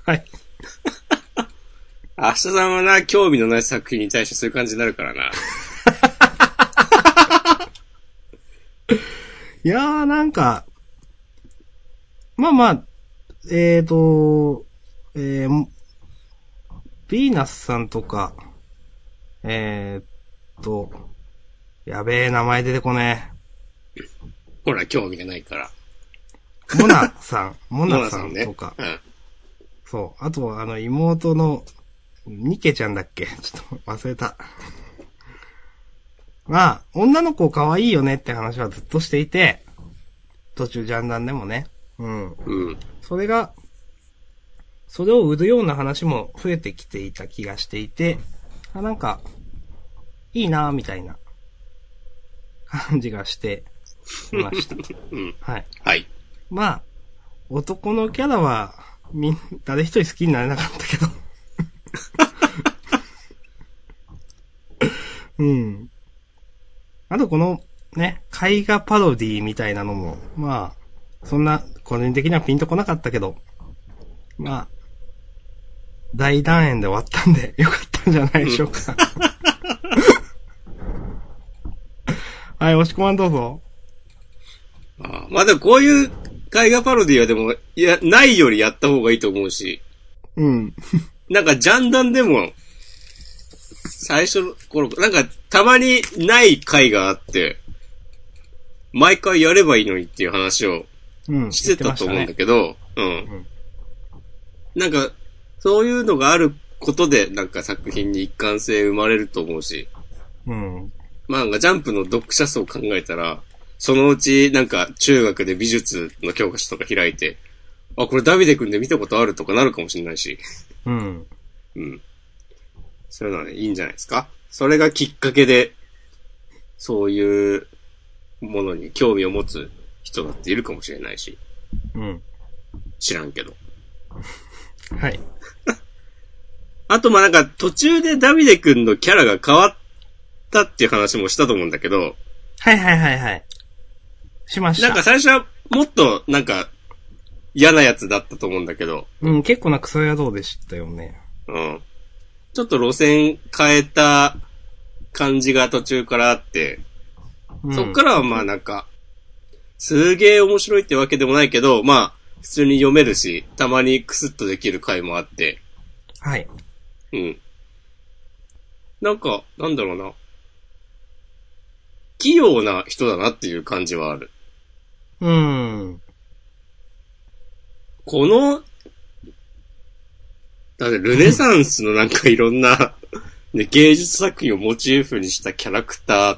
B: た。 <laughs> はい。
A: 明日さんはな、興味のない作品に対してそういう感じになるからな。 <laughs>
B: いやーなんか、まあまあ、えーと、えー、ヴィーナスさんとか、えーと、やべえ名前出てこね
A: ほら、興味がないから。
B: え。モナさん、 <laughs> モ
A: 野
B: ナ
A: 田
B: さんとか、
A: うん。
B: そう。あと、あの、妹の、ニケちゃんだっけ <laughs> ちょっと忘れた。まあ、女の子可愛いよねって話はずっとしていて、途中ジャンダンでもね。うん。
A: うん。
B: それが、それを売るような話も増えてきていた気がしていて、あ、なんか、いいなぁ、みたいな、感じがしていました。
A: <laughs> うん。
B: はい。
A: はい。
B: まあ、男のキャラは、みん、誰一人好きになれなかったけど。 <laughs> うん。あとこの、ね、絵画パロディみたいなのも、まあ、そんな、個人的にはピンとこなかったけど、まあ、大団円で終わったんで、 <laughs> よかったんじゃないでしょう
A: <laughs>
B: か。はい、押し込まんどうぞ。
A: あーまあでもこういう絵画パロディはでも、いや、ないよりやった方がいいと思うし、
B: うん。
A: なんかジャンダンでも、最初の頃、なんかたまにない回があって、毎回やればいいのにっていう話を
B: うん。
A: してたと思うんだけど、うん。
B: うん
A: なんか、そういうのがあることで、なんか作品に一貫性生まれると思うし、
B: うん。
A: まあ、なんかジャンプの読者層を考えたら、そのうち、なんか、中学で美術の教科書とか開いて、あ、これダビデ君で見たことあるとかなるかもしれないし、
B: うん。
A: うん。そういうのはね、いいんじゃないですかそれがきっかけで、そういうものに興味を持つ人だっているかもしれないし、
B: うん。
A: 知らんけど。
B: はい。
A: あと、まあ、なんか、途中でダビデ君のキャラが変わったっていう話もしたと思うんだけど、
B: はいはいはいはい。しまし
A: なんか
B: た。
A: 最初はもっとなんか嫌なやつだったと思うんだけど、
B: うん、結構なクソ野郎でしたよね。
A: うん。ちょっと路線変えた感じが途中からあって、
B: うん、
A: そっからはまあなんか、すげえ面白いってわけでもないけど、まあ普通に読めるし、たまにクスッとできる回もあって、
B: はい。
A: うん。なんか、なんだろうな。器用な人だなっていう感じはある。
B: うん。
A: この、だってルネサンスのなんかいろんな、ね、芸術作品をモチーフにしたキャラクター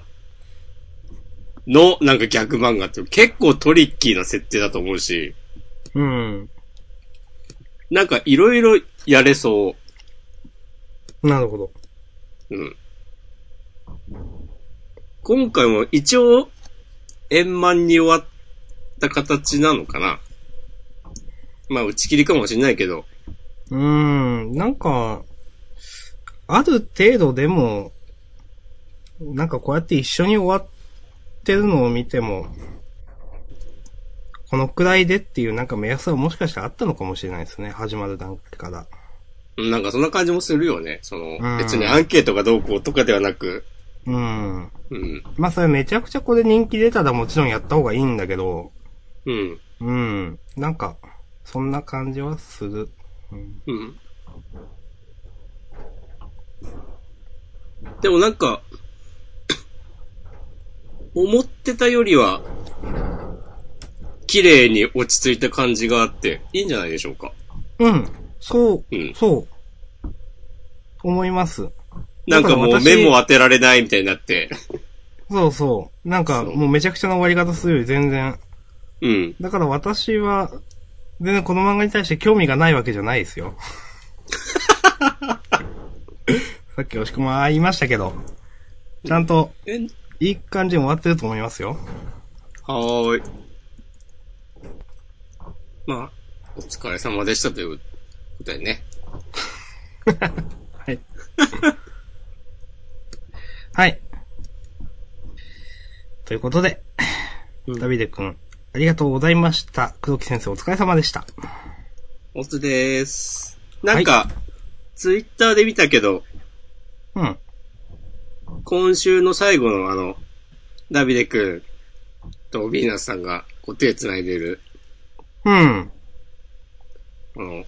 A: の、なんか逆漫画って結構トリッキーな設定だと思うし、
B: うん。
A: なんかいろいろやれそ
B: なるほど。
A: う。うん。今回も一応、円満に終わった形なのかな。まあ、打ち切りかもしれないけど、
B: うーん、なんか、ある程度でも、なんかこうやって一緒に終わってるのを見ても、このくらいでっていうなんか目安はもしかしたらあったのかもしれないですね。始まる段階から。
A: うんなんかそんな感じもするよね。その
B: う、ん
A: 別にアンケートがどうこうとかではなく、
B: うん。
A: うん。
B: まあそれめちゃくちゃこれ人気出たらもちろんやった方がいいんだけど、
A: うん。
B: うん。なんか、そんな感じはする。うん。
A: うん。でもなんか、 <coughs> 思ってたよりは、綺麗に落ち着いた感じがあって、いいんじゃないでしょうか。
B: うん。そう、
A: うん
B: そう。思います。
A: なんかもう
B: だから
A: 目
B: 私
A: も当てられないみたいになって。
B: そうそう。なんか、
A: そう
B: もうめちゃくちゃな終わり方するより全然。
A: うん。
B: だから私は、全然この漫画に対して興味がないわけじゃないで
A: <laughs>
B: すよ。さっき押し込ま言いましたけど、ちゃんと、
A: え
B: いい感じに終わってると思いますよ。
A: はーい。まあ、お疲れ様でしたということでね。
B: はい。はい。ということで、
A: うん
B: ダビデ君、ありがとうございました。黒木先生お疲れ様でした。
A: おつでーす。なんか、ツイッターで見たけど、
B: うん。
A: 今週の最後のあの、ダビデ君とビーナスさんがこう手繋いでる、
B: うん。
A: この、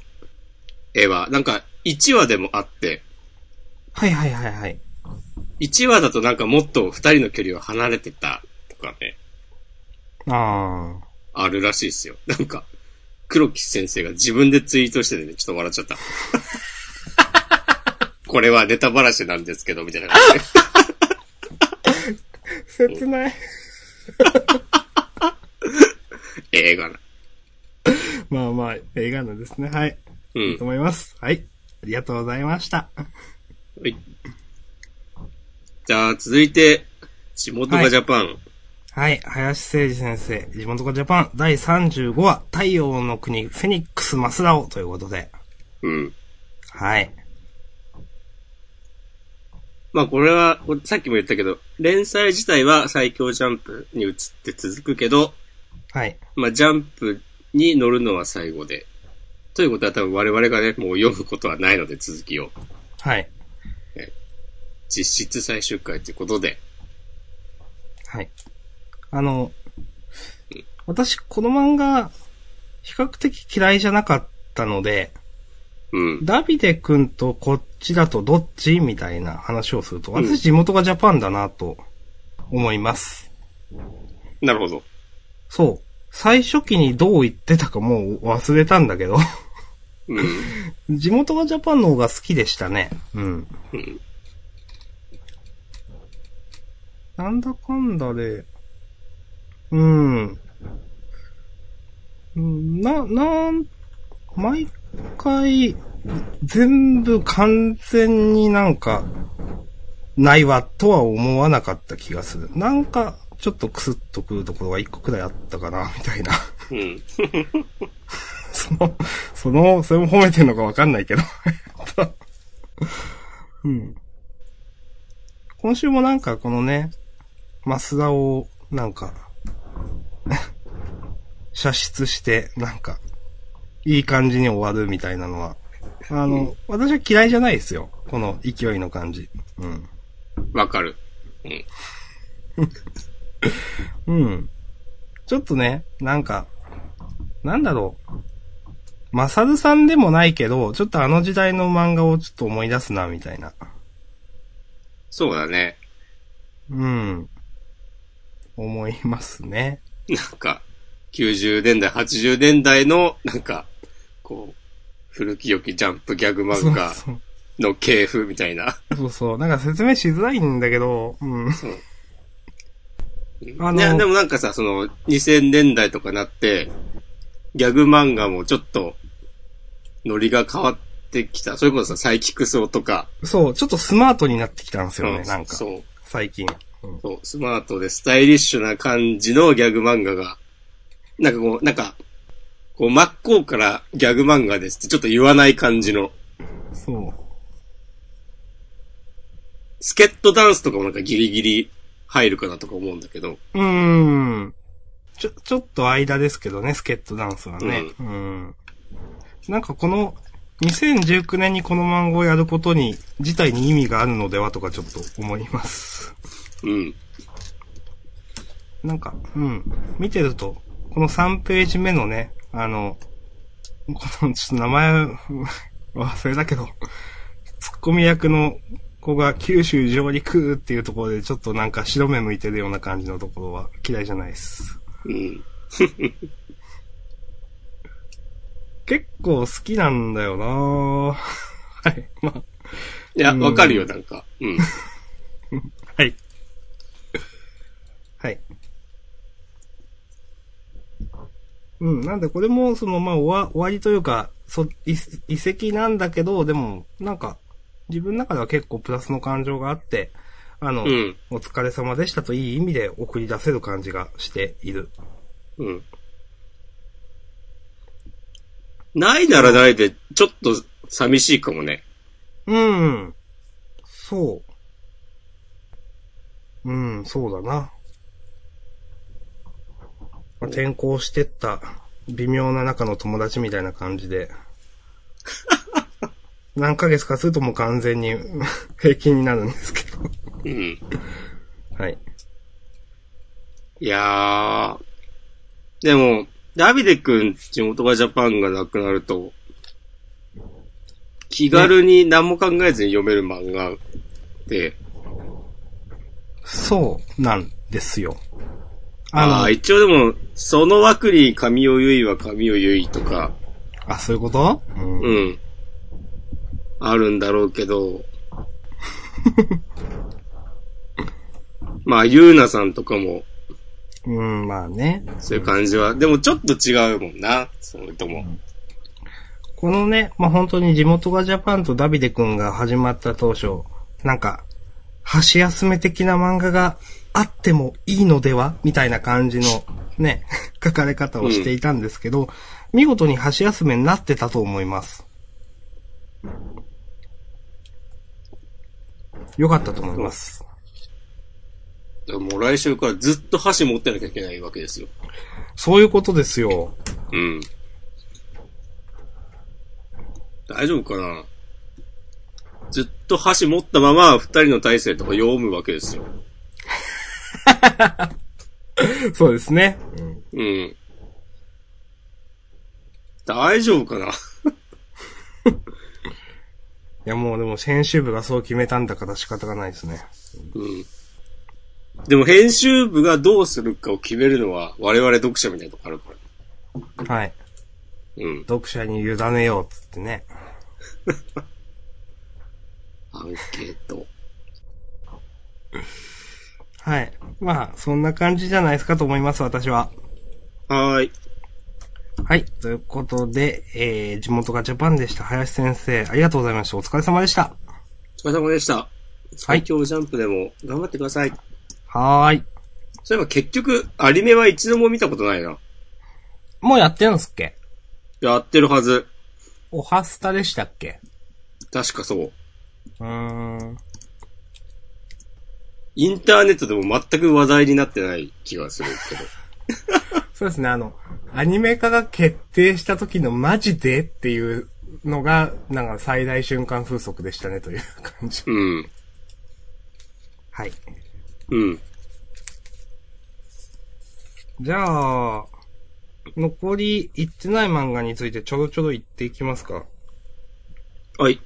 A: 絵は、なんか1話でもあって、
B: はいはいはいはい。
A: 1話だとなんかもっと2人の距離は離れてたとかね、
B: ああ。
A: あるらしいですよ。なんか、黒木先生が自分でツイートしててね、ちょっと笑っちゃった。 <laughs> これはネタばらしなんですけど、みたいな感じで。
B: 切ない。
A: <laughs> 映画な。
B: まあまあ、映画のですね。はい。
A: う
B: いい
A: ん
B: と。思います。はい。ありがとうございました。
A: はい。じゃあ、続いて、地元がジャパン。
B: はい。林誠二先生、地元がジャパン第35話、太陽の国、フェニックス・マスダオということで。
A: うん。
B: はい。
A: まあこれは、これさっきも言ったけど、連載自体は最強ジャンプに移って続くけど、
B: はい。
A: まあジャンプに乗るのは最後で。ということは多分我々がね、もう読むことはないので続きを。
B: はい。
A: 実質最終回ということで。
B: はい。あの、私、この漫画、比較的嫌いじゃなかったので、
A: うん。
B: ダビデ君とこっちだとどっちみたいな話をすると、
A: うん
B: 私地元がジャパンだなと思います。
A: なるほど。
B: そう。最初期にどう言ってたかもう忘れたんだけど。
A: うん。
B: 地元がジャパンの方が好きでしたね。うん。
A: うん。
B: なんだかんだで、うん。うんな、なん、毎回、全部完全になんか、ないわとは思わなかった気がする。なんか、ちょっとクスッとくるところが一個くらいあったかな、みたいな。
A: うん。
B: <laughs> その、その、それも褒めてんのかわかんないけど。 <laughs> えっとうん。今週もなんかこのね、マスダを、なんか、 <laughs> 射出して、なんか、いい感じに終わるみたいなのは。あの、私は嫌いじゃないですよ。この勢いの感じ。うん。
A: わかる。うん。
B: うん。ちょっとね、なんか、なんだろう。マサルさんでもないけど、ちょっとあの時代の漫画をちょっと思い出すな、みたいな。
A: そうだね。
B: うん。思いますね。
A: なんか、90年代、80年代の、なんか、こう、古き良きジャンプギャグ漫画
B: そう
A: の系譜みたいな。
B: そうそうそう。なんか説明しづらいんだけど、うん。
A: そう。
B: あ
A: いや、で
B: の、
A: もなんかさ、その、2000年代とかなって、ギャグ漫画もちょっと、ノリが変わってきた。それこそさ、サイキクソとか。
B: そう、ちょっとスマートになってきたんですよ
A: う
B: ね、なんか、
A: そう。
B: 最近。うん
A: そう、スマートでスタイリッシュな感じのギャグ漫画が、なんかこう、なんか、こう真っ向からギャグ漫画ですってちょっと言わない感じの、
B: そう。
A: スケットダンスとかもなんかギリギリ入るかなとか思うんだけど、
B: うーん。ちょ、ちょっと間ですけどね、スケットダンスはね。うん。なんかこの、2019年にこの漫画をやることに、自体に意味があるのではとかちょっと思います。 <laughs>
A: うん。
B: なんか、うん。見てると、この3ページ目のね、あの、この、ちょっと名前、 <laughs> 忘れたけど、ツッコミ役の子が九州上陸っていうところで、ちょっとなんか白目向いてるような感じのところは嫌いじゃないです。
A: うん。
B: 結構好きなんだよな <laughs> ぁはい。まあ、
A: いや、
B: うん
A: わかるよ、なんか。うん。
B: はい。はい。うん、なんでこれも、その、まあ、終わ終わりというか、そ、遺遺跡なんだけど、でも、なんか、自分の中では結構プラスの感情があって、あの、
A: うん。
B: お疲れ様でしたといい意味で送り出せる感じがしている。
A: うん。ないならないで、ちょっと寂しいかもね。
B: うん。そう。うん、そうだな。まあ転校してった微妙な中の友達みたいな感じ <laughs> で。何ヶ月かするともう完全に <laughs> 平均になるんですけど。
A: うん。
B: はい。
A: いやー。でも、ダビデくん地元がジャパンがなくなると、気軽に何も考えずに読める漫画で、
B: そうなんですよ。
A: あ
B: あ
A: あ、
B: の、
A: 一応でも、その枠に神尾結衣は神尾結衣とか、
B: あ、そういうこと、うん
A: うん。あるんだろうけ <laughs> ど、まあ、ゆうなさんとかも、
B: うん、まあね。
A: そういう感じは、でもちょっと違うもんな、それとも。
B: このね、まあ、本当に地元がジャパンとダビデくんが始まった当初、なんか、箸休め的な漫画があってもいいのではみたいな感じのね、 <laughs> 書かれ方をしていたんですけど、見事に箸休めになってたと思います。よかったと思います。
A: でももう来週からずっと箸持ってなきゃいけないわけですよ。
B: そういうことですよ。
A: うん。大丈夫かなずっと箸持ったまま二人の体勢とか読むわけですよ。
B: そうですね。うん
A: うん。大丈夫かない
B: やもうでも編集部がそう決めたんだから仕方がないですね。
A: うん。でも編集部がどうするかを決めるのは我々読者みたいなとこあるから。
B: はい。
A: うん。
B: 読者に委ねようっつってね。
A: アンケート。
B: はい。まあ、そんな感じじゃないですかと思います、私は。
A: はーい。
B: はい。ということで、えー、地元がジャパンでした。林先生、ありがとうございました。お疲れ様でした。
A: お疲れ様でした。最強ジャンプでも頑張ってください。
B: はーい。
A: そういえば結局、アニメは一度も見たことないな。
B: もうやってるんすっけ
A: やってるはず。
B: おはスタでしたっけ
A: 確かそう。
B: うーん。
A: インターネットでも全く話題になってない気がするけど。
B: そうですね、あの、アニメ化が決定した時のマジでっていうのが、なんか最大瞬間風速でしたねという感じ。
A: うん。
B: はい。
A: うん。
B: じゃあ、残り言ってない漫画についてちょろちょろ言っていきますか。
A: はい。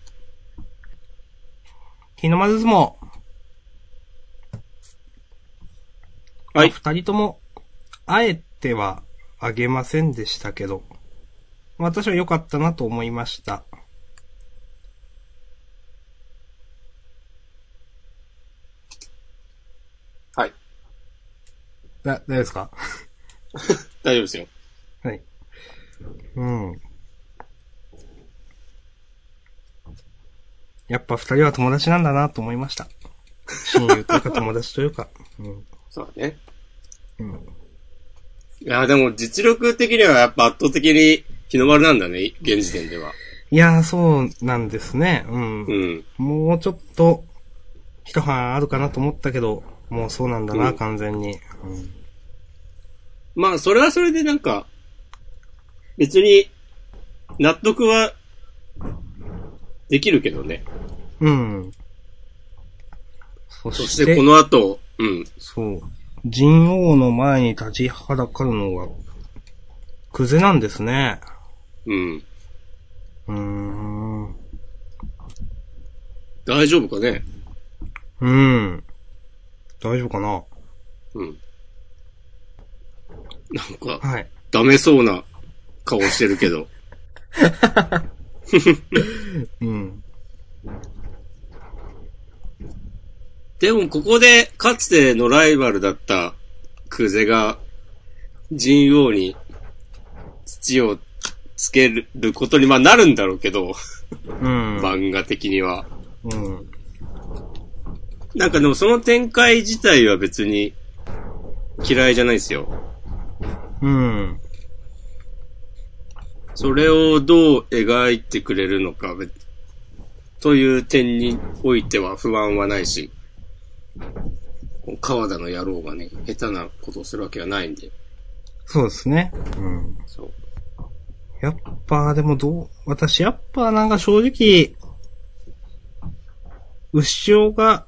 B: 日の丸相撲。
A: はい。
B: 二人とも、あえてはあげませんでしたけど、私は良かったなと思いました。
A: はい。
B: だ、大丈夫ですか
A: 大丈夫ですよ。
B: はい。うん。やっぱ二人は友達なんだなと思いました。親友というか友達というか。うん。
A: そうだね。
B: うん。
A: いや、でも実力的にはやっぱ圧倒的に日の丸なんだね、現時点では。
B: いやー、そうなんですね。うん。
A: うん。
B: もうちょっと、一半あるかなと思ったけど、もうそうなんだな、
A: うん
B: 完全に。うん
A: まあ、それはそれでなんか、別に、納得は、できるけどね。
B: うん。そ
A: そ
B: し、
A: しててこの後、うん。
B: そう。人王の前に立ちはだかるのが、クゼなんですね。
A: うん。
B: うーん。
A: 大丈夫かね
B: うん。大丈夫かな
A: うん。なんか、
B: はい。
A: ダメそうな顔してるけど。
B: うん。
A: でもここで、かつてのライバルだったクゼが、人王に土をつけることに、まあなるんだろうけど、
B: うん。
A: 漫画的には。
B: うん。
A: なんかでもその展開自体は別に嫌いじゃないですよ。
B: うん。
A: それをどう描いてくれるのか、べという点においては不安はないし、こう川田の野郎がね、下手なことをするわけはないんで。
B: そうですね。うん。
A: そう。
B: やっぱ、でもどう、私やっぱなんか正直、牛尾が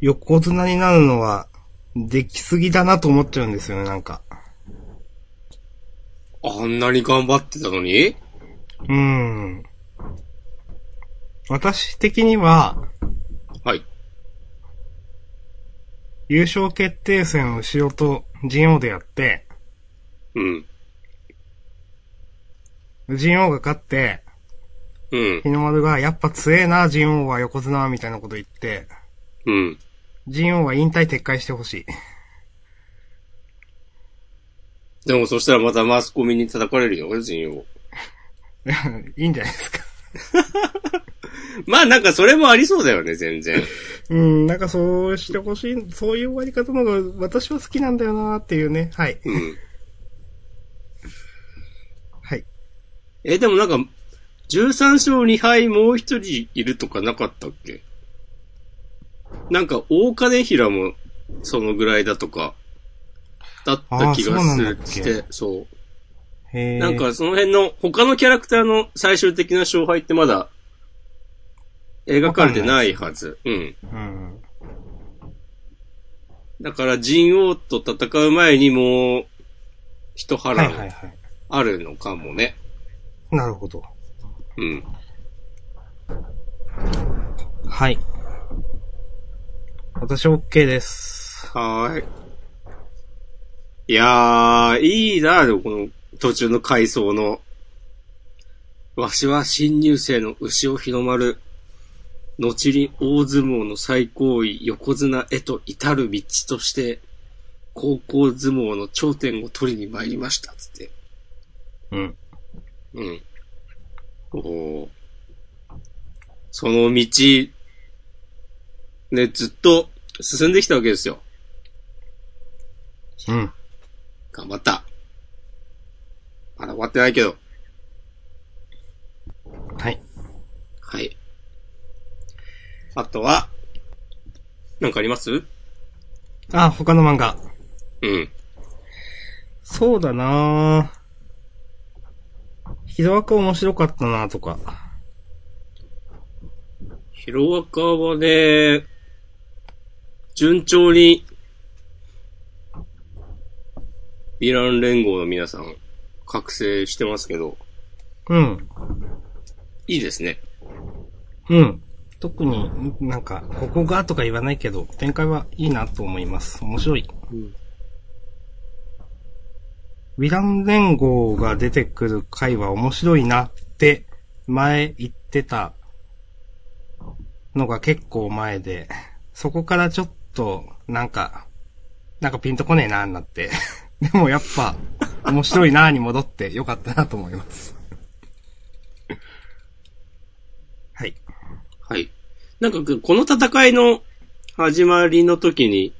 B: 横綱になるのは、できすぎだなと思っちゃうんですよね、なんか。
A: あんなに頑張ってたのに
B: うん。私的には、
A: はい。
B: 優勝決定戦を牛尾と陣王でやって、
A: うん。
B: 陣王が勝って、
A: うん。
B: 日の丸がやっぱ強えな、陣王は横綱みたいなこと言って、
A: うん。
B: 陣王は引退撤回してほしい。
A: でもそしたらまたマスコミに叩かれるよ、人を。
B: い <laughs> いんじゃないですか。
A: まあなんかそれもありそうだよね、全然。
B: うん、なんかそうしてほしい、そういう終わり方の方が私は好きなんだよなっていうね。はい。
A: うん。
B: はい。
A: え、でもなんか、13勝2敗もう一人いるとかなかったっけなんか、大金平もそのぐらいだとか、だった気が
B: あーそう
A: す
B: なん
A: る
B: だっけ
A: して、そう。
B: へー
A: なん、かその辺の他のキャラクターの最終的な勝敗ってまだ描かれてないはず。うん。
B: うん。
A: だから、人王と戦う前にもう、一
B: はい
A: 腹
B: はいはい。
A: あるのかもね。
B: なるほど。
A: うん。
B: はい。私 OK です。
A: はーい。いやー、いいなでもこの途中の回想の。わしは新入生の牛尾日の丸。後に大相撲の最高位横綱へと至る道として、高校相撲の頂点を取りに参りました、つって。
B: うん。
A: うん。おーその道、ね、ずっと進んできたわけですよ。
B: うん。
A: 頑張った。まだ終わってないけど。
B: はい。
A: はい。あとは、なんかありますう
B: あ、他の漫画。
A: ん。
B: そうだなぁ。ひどわく面白かったなとか。
A: ヒロアカはね、順調に、ヴィラン連合の皆さん、覚醒してますけど、
B: うん。
A: いいですね。
B: うん。特になんか、ここがとか言わないけど、展開はいいなと思います。面白い。
A: うん。
B: ヴィラン連合が出てくる回は面白いなって前言ってたのが結構前で、そこからちょっとなんかなんかピンとこねえなーになって。 <laughs> でもやっぱ、面白いなーに戻ってよかったなと思います。はい。
A: はい。なんかこ、この戦いの始まりの時に、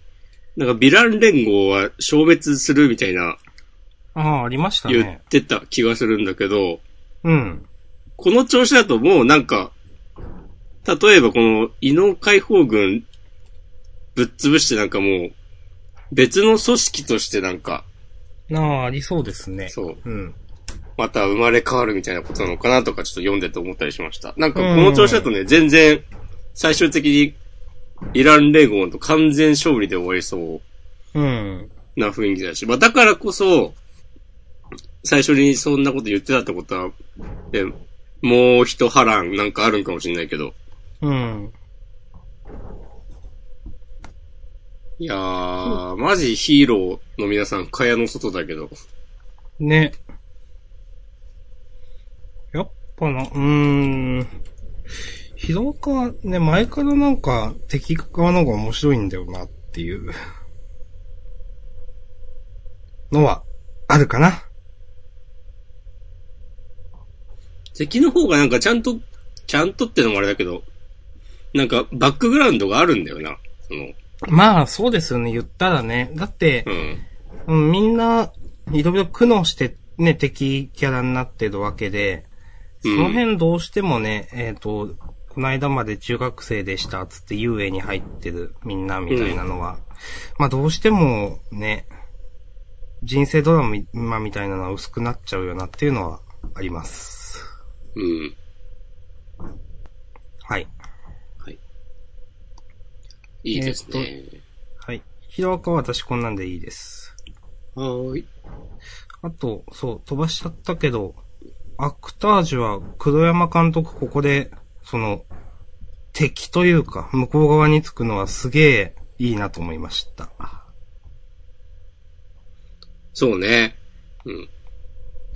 A: なんかヴィラン連合は消滅するみたいな
B: ああ、ありました
A: 言
B: ね
A: っ。てた気がするんだけど、
B: うん。
A: この調子だともうなんか、例えばこの異能解放軍ぶっ潰してなんかもう、別の組織としてなんか、
B: なあ、ありそうですね。
A: そう、
B: うん。
A: また生まれ変わるみたいなことなのかなとかちょっと読んでて思ったりしました。なんかこの調子だとね、全然、最終的にイラン連合と完全勝利で終わりそう
B: うん。
A: な雰囲気だし、まあだからこそ、最初にそんなこと言ってたってことは、でもう一波乱なんかあるんかもしれないけど、
B: うん。
A: いやー、マジヒーローの皆さん、蚊帳の外だけど。
B: ね。やっぱな、うーん。広岡はね、前からなんか敵側の方が面白いんだよなっていう。のは、あるかな。
A: 敵の方がなんかちゃんと、ちゃんとってのもあれだけど、なんかバックグラウンドがあるんだよな。その、
B: まあ、そうですよね、言ったらね。だって
A: う、ん。
B: うん、みんな、いろいろ苦悩して、ね、敵キャラになってるわけで、その辺どうしてもね、えっ、と、この間まで中学生でした、つって遊泳に入ってるみんなみたいなのは、まあどうしてもね、人生ドラマみたいなのは薄くなっちゃうよなっていうのはあります。
A: うん。
B: はい。
A: いいですね。
B: はい。ヒロアカは私こんなんでいいです。
A: はーい。
B: あと、そう、飛ばしちゃったけど、アクタージュは黒山監督ここで、その、敵というか、向こう側につくのはすげえいいなと思いました。
A: そうね。うん。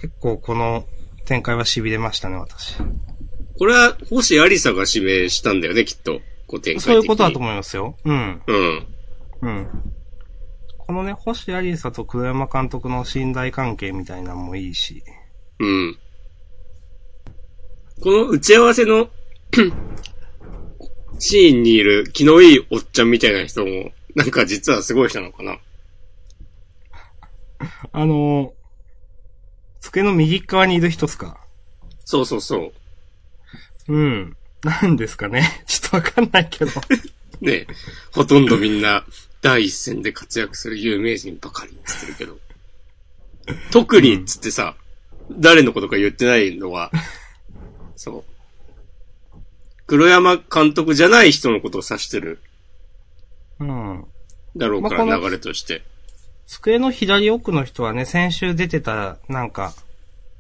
B: 結構この展開は痺れましたね、私。
A: これは、星ありさが指名したんだよね、きっと。こう展開的に
B: そういうことだと思いますよ。うん。
A: うん。
B: うん。このね、星有沙と黒山監督の信頼関係みたいなのもいいし。
A: うん。この打ち合わせの <clears throat> シーンにいる気のいいおっちゃんみたいな人も、なんか実はすごい人なのかな。
B: あのー、机の右側にいる人っすか
A: そうそうそう。
B: うん。なんですかね <laughs> ちょっとわかんないけど。
A: ねほとんどみんな第一線で活躍する有名人ばかりっつってるけど。特にっつってさ、誰のことか言ってないのは、そう。黒山監督じゃない人のことを指してる
B: うん。
A: だろうか
B: ま
A: ら
B: あこの
A: 流れとして。
B: 机の左奥の人はね、先週出てた、なんか、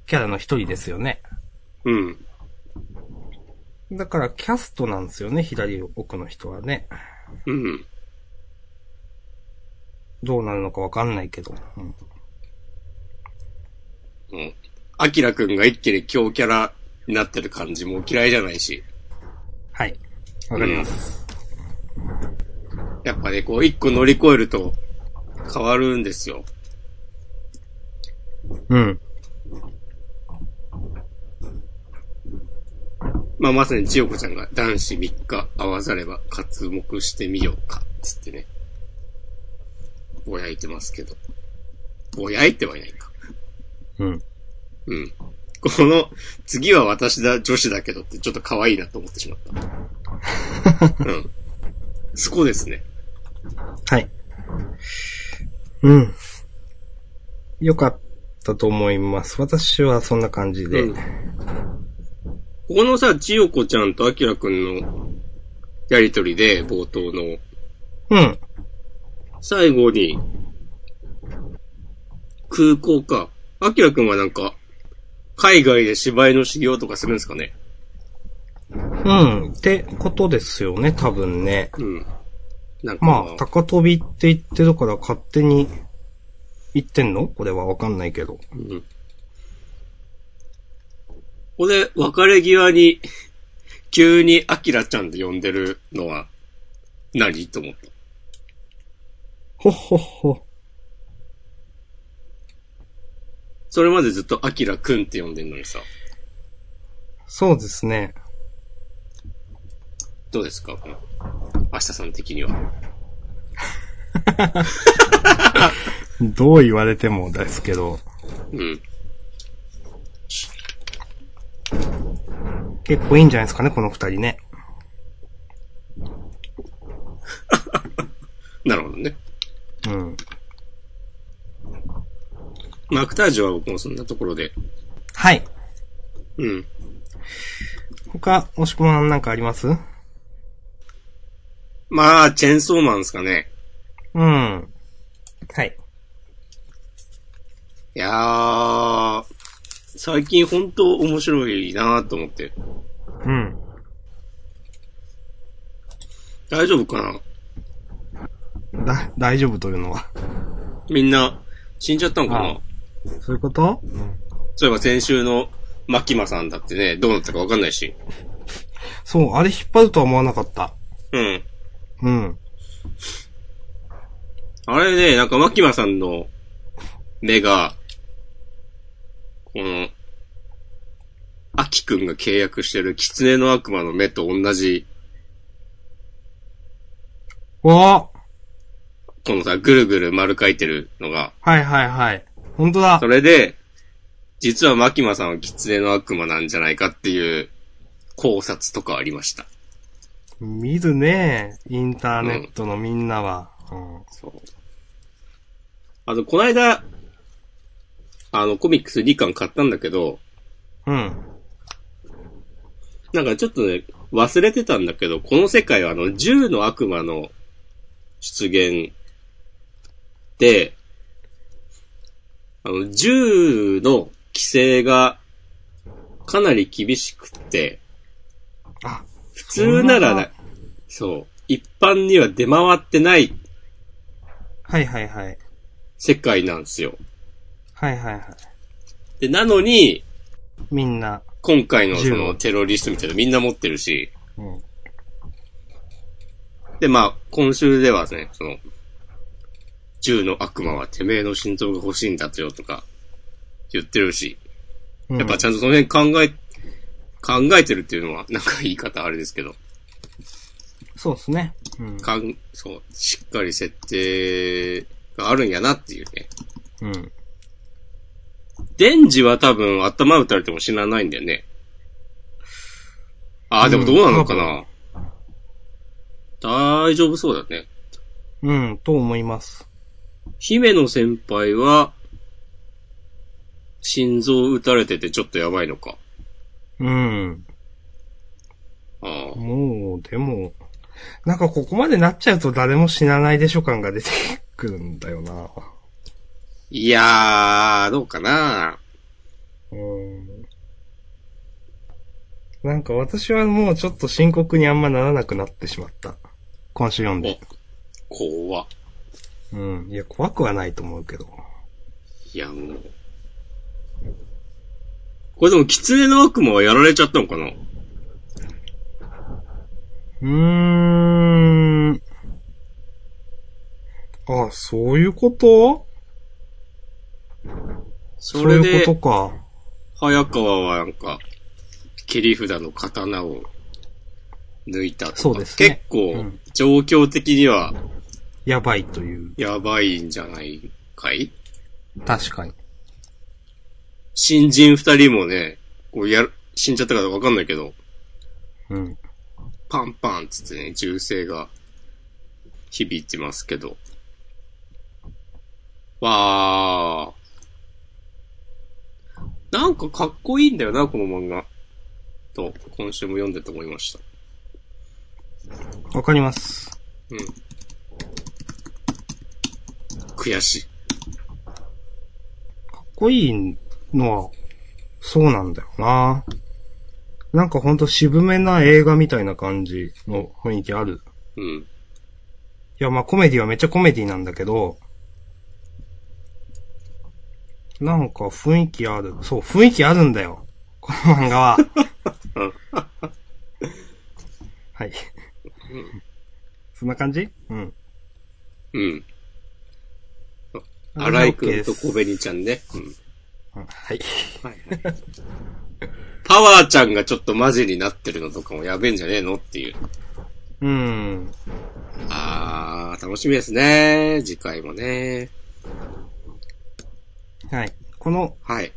B: キャラの一人ですよね。
A: うん。
B: だからキャストなんですよね、左奥の人はね。
A: うん。
B: どうなるのかわかんないけど。うん
A: うん。アキラくんが一気に強キャラになってる感じも嫌いじゃないし。
B: はい。わかります。
A: やっぱね、こう一個乗り越えると変わるんですよ。
B: うん。
A: まあまさに千代子ちゃんが男子3日合わされば活目してみようか、つってね。ぼやいてますけど。ぼやいてはいないか。
B: うん。
A: うん。この、次は私だ、女子だけどってちょっと可愛いなと思ってしまった。うん。そこですね。
B: はい。うん。よかったと思います。私はそんな感じで。
A: うんここのさ、千代子ちゃんとあきらくんのやりとりで、冒頭の、
B: うん。
A: 最後に、空港か。あきらくんはなんか、海外で芝居の修行とかするんですかね
B: うん。ってことですよね、多分ね。
A: うん。なんか、
B: まあ、高飛びって言ってるから勝手に言ってんのこれはわかんないけど。
A: うん。ここで、別れ際に、急にあきらちゃんで呼んでるのは何、と思った。
B: ほっほっほ。
A: それまでずっとアキラくんって呼んでんのにさ、
B: そうですね。
A: どうですかこの、明日さん的には。
B: どう言われてもですけど、
A: うん。
B: 結構いいんじゃないですかね、この二人ね。
A: なるほどね。
B: うん。
A: マクタージュは僕もそんなところで。
B: はい。
A: うん。
B: 他、押し込まんなんかあります
A: まあ、チェーンソーマンですかね。
B: うん。はい。
A: いやー、最近本当面白いなーと思って。
B: うん。
A: 大丈夫かな
B: だ、大丈夫というのは。
A: みんな、死んじゃったのかな
B: あそういうこと
A: そういえば先週の、マキマさんだってね、どうなったかわかんないし。
B: そう、あれ引っ張るとは思わなかった。
A: うん。
B: うん。
A: あれね、なんかマキマさんの目が、この、アキくんが契約してる狐の悪魔の目と同じ、
B: わあ
A: このさ、ぐるぐる丸書いてるのが、
B: はいはいはい。本
A: <laughs>
B: 当だ
A: そ。れで、実はマキマさんは狐の悪魔なんじゃないかっていう考察とかありました。
B: 見るねインターネットのみんなは。うん。
A: そう。あと、この間、あの、コミックス2巻買ったんだけど、
B: うん。
A: なんかちょっとね、忘れてたんだけど、この世界はあの、銃の悪魔の出現で、あの、銃の規制がかなり厳しくって、
B: あ、
A: 普通なら
B: そん
A: な
B: な
A: そう、一般には出回ってない
B: はいはいはい。
A: 世界なんですよ。
B: はいはいはい。
A: で、なのに、
B: みんな。
A: 今回のそ
B: 銃
A: の
B: を
A: テロリストみたいなのみんな持ってるし、
B: うん。
A: で、まあ、今週ではね、その、銃の悪魔はてめえの心臓が欲しいんだとよとか、言ってるし、
B: うん
A: やっぱちゃんとその辺考え、考えてるっていうのは、なんか言い方あれですけど、
B: そうですね。うん。
A: かん、そう、しっかり設定があるんやなっていうね。
B: うん。
A: デンジは多分頭打たれても死なないんだよね。ああ、でもどうなのかな、大丈夫そうだね。
B: うん、と思います。
A: 姫野先輩は、心臓打たれててちょっとやばいのか。
B: うん。
A: ああ。
B: もう、でも、なんかここまでなっちゃうと誰も死なないでしょ感が出てくるんだよな。
A: いやー、どうかな
B: うん。なんか私はもうちょっと深刻にあんまならなくなってしまった。今週読ん
A: お
B: で。、
A: 怖っ
B: うん。いや、怖くはないと思うけど。
A: いや、もう。これでも、狐の悪魔はやられちゃったのかな
B: うーん。あ、そういうこと
A: そ
B: そう
A: れ
B: いうこと
A: で、
B: か。
A: 早川はなんか、切り札の刀を抜いたとか。
B: そうですね
A: 結構、
B: うん
A: 状況的には
B: やばいという。
A: やばいんじゃないかい
B: 確かに。
A: 新人二人もね、こうやる、死んじゃったかどうかわかんないけど、
B: うん。
A: パンパンっつってね、銃声が響いてますけど。わー。なんかかっこいいんだよな、この漫画。と、今週も読んでて思いました。
B: わかります。
A: 悔しい。
B: かっこいいのは、そうなんだよな。なんかほんと渋めな映画みたいな感じの雰囲気ある。
A: うん。
B: いや、まあコメディはめっちゃコメディなんだけど、なんか雰囲気ある。そう、雰囲気あるんだよ。この漫画 <laughs> は。はい。そんな感じうん。
A: うん。荒井くん
B: です
A: と小紅ちゃんね。うん。
B: はい。
A: はいはい。パワーちゃんがちょっとマジになってるのとかもやべえんじゃねえのっていう。
B: うん。
A: あー、楽しみですね。次回もね。
B: はい。この、
A: はい。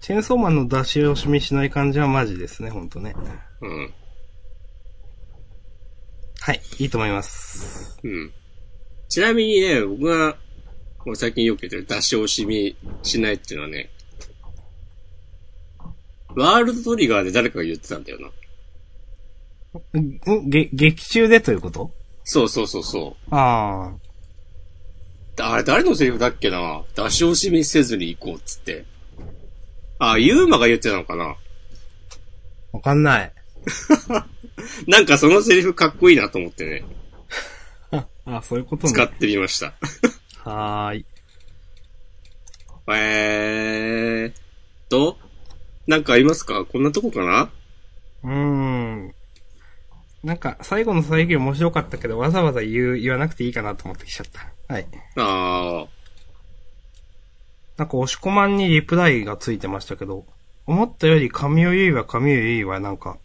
B: チェーンソーマンの出し惜しみしない感じはマジですね、ほんとね。
A: うん。
B: はい、いいと思います。
A: うん。ちなみにね、僕が、これ最近よく言ってる出し惜しみしないっていうのはね、ワールドトリガーで誰かが言ってたんだよな。
B: んげ、劇中でということ
A: そうそうそうそう。
B: あ
A: あれ、誰のセリフだっけな出し惜しみせずに行こうっつって。あ、ユーマが言ってたのかな
B: あ、わかんない。
A: なんかそのセリフかっこいいなと思ってね、
B: あそういうこと
A: 使っ
B: ね。
A: てみました。
B: はーい。
A: えーっと、なんかありますかこんなとこかな
B: うーん。なんか、最後の最後面白かったけど、わざわざ言う、言わなくていいかなと思ってきちゃった。はい。
A: あ
B: なんか、押し込まんにリプライがついてましたけど、思ったより神尾結衣は神尾結衣はなんか、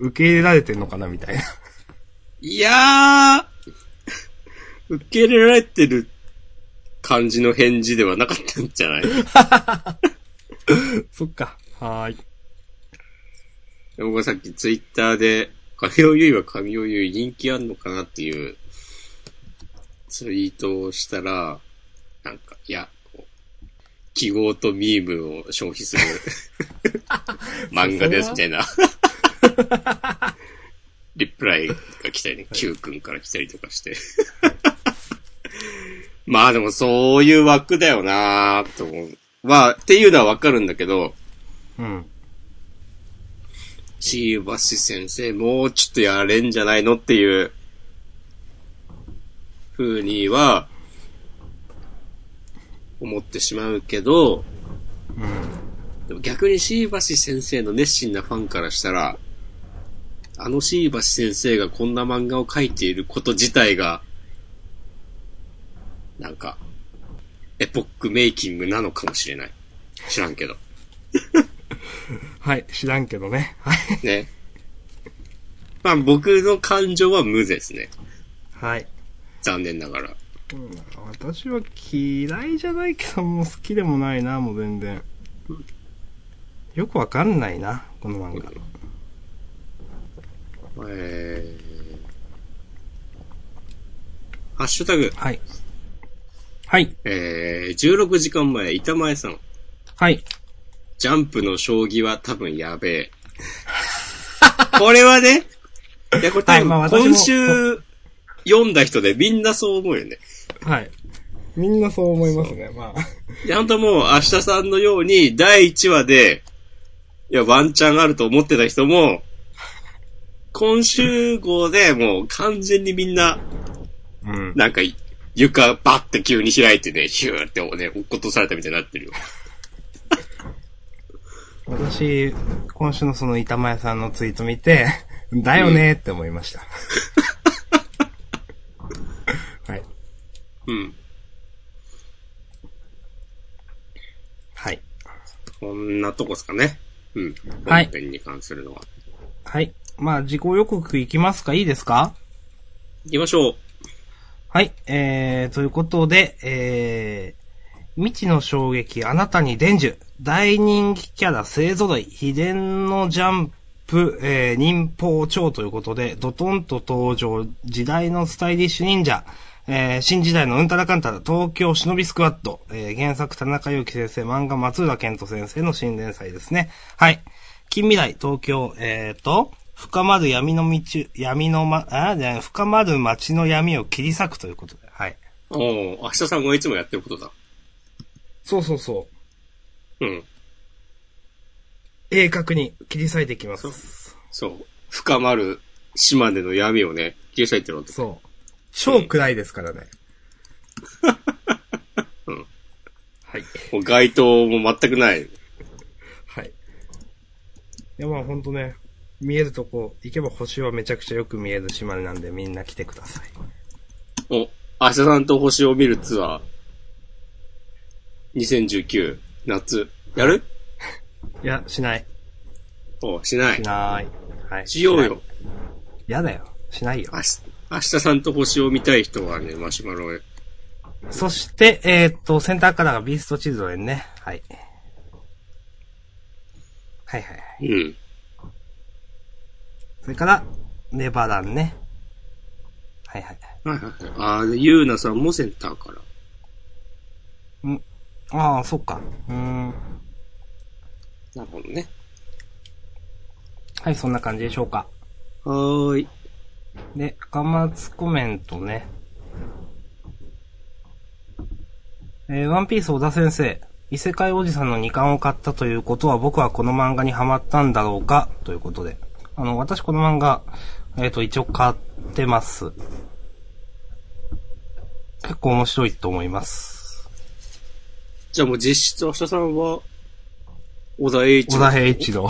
B: 受け入れられてんのかなみたいな。
A: ー。いやー、 <laughs> 受け入れられてる感じの返事ではなかったんじゃない
B: <laughs> そっか。はーい。
A: 僕はさっきツイッターで、神尾優衣は神尾優衣人気あんのかなっていうツイートをしたら、なんか、いや、こう記号とミームを消費する漫画ですみたいな。リプライが来たりね、Q 君から来たりとかして。 <laughs> まあでもそういう枠だよなと思う。まあ、っていうのはわかるんだけど、
B: うん。
A: シーバシ先生、もうちょっとやれんじゃないのっていう、ふうには、思ってしまうけど、でも逆にシーバシ先生の熱心なファンからしたら、あのシーバシ先生がこんな漫画を描いていること自体が、なんか、エポックメイキングなのかもしれない。知らんけど。
B: はい、知らんけどね。はい。
A: ね。まあ僕の感情は無ですね。
B: はい。
A: 残念ながら。
B: うん私は嫌いじゃないけど、もう好きでもないな、もう全然。よくわかんないな、この漫画。
A: えー、ハッシュタグ、
B: はい。はい。
A: えー、16時間前、板前さん。
B: はい。
A: ジャンプの将棋は多分やべえ。
B: <laughs>
A: これはね、いや、これ多分
B: はいまあ私も
A: 今週読んだ人でみんなそう思うよね。
B: はい。みんなそう思いますね、まあ。
A: いや、ほんともう、明日さんのように、第1話で、いや、ワンチャンあると思ってた人も、今週号でもう完全にみんな、
B: うん。
A: なんか、床バッて急に開いてね、ヒューってね、落っことされたみたいになってるよ。
B: 私、今週のその板前さんのツイート見て、 <laughs> だよねって思いま <laughs> した。はい。
A: うん。
B: はい。
A: こんなとこっすかね。うん。
B: はい
A: 本編に関するのは。
B: はい。まあ、自己予告いきますかいいですか
A: 行きましょう。
B: はい、えー、ということで、えー、未知の衝撃、あなたに伝授、大人気キャラ勢揃い、秘伝のジャンプ、えー、忍法長ということで、ドトンと登場、時代のスタイリッシュ忍者、えー、新時代のうんたらかんたら、東京忍びスクワット、えー、原作田中祐樹先生、漫画松浦健人先生の新連載ですね。はい。近未来、東京、えーと、深まる闇の道、闇のま、あじゃあ深まる街の闇を切り裂くということで。はい。
A: おー明日さんがいつもやってることだ。
B: そうそうそう。
A: うん。
B: 鋭角に切り裂いていきます。
A: そう。深まる島根の闇をね、切り裂いてるわけ。
B: そう。超暗いですからね。
A: うん
B: はい。
A: もう街灯も全くない。
B: はい。いや、まあほんとね、見えるとこ、行けば星はめちゃくちゃよく見える島根なんでみんな来てください。
A: お、明日さんと星を見るツアー。2019、夏。やる
B: いや、しない。
A: おしない
B: し。ない。はい。
A: しようよ。。
B: やだよ。しないよ。
A: 明日、明日さんと星を見たい人はね、マシュマロへ。
B: そして、えーっと、センターカラーがビーストチルドレンね。はい。はいはいはい。
A: うん。
B: それから、ネバランね。はいはい。
A: はいはいはい。ああ、でゆうなさんもセンターから。
B: ああ、そっか。うーん。
A: なるほどね。
B: はい、そんな感じでしょうか。
A: はーい。
B: で、赤松コメントね。えーワンピース小田先生。異世界おじさんの2巻を買ったということは僕はこの漫画にハマったんだろうかということで。あの、私この漫画、えっ、と、一応買ってます。結構面白いと思います。
A: じゃあもう実質明日さんは、小田栄一。
B: 小田平一郎。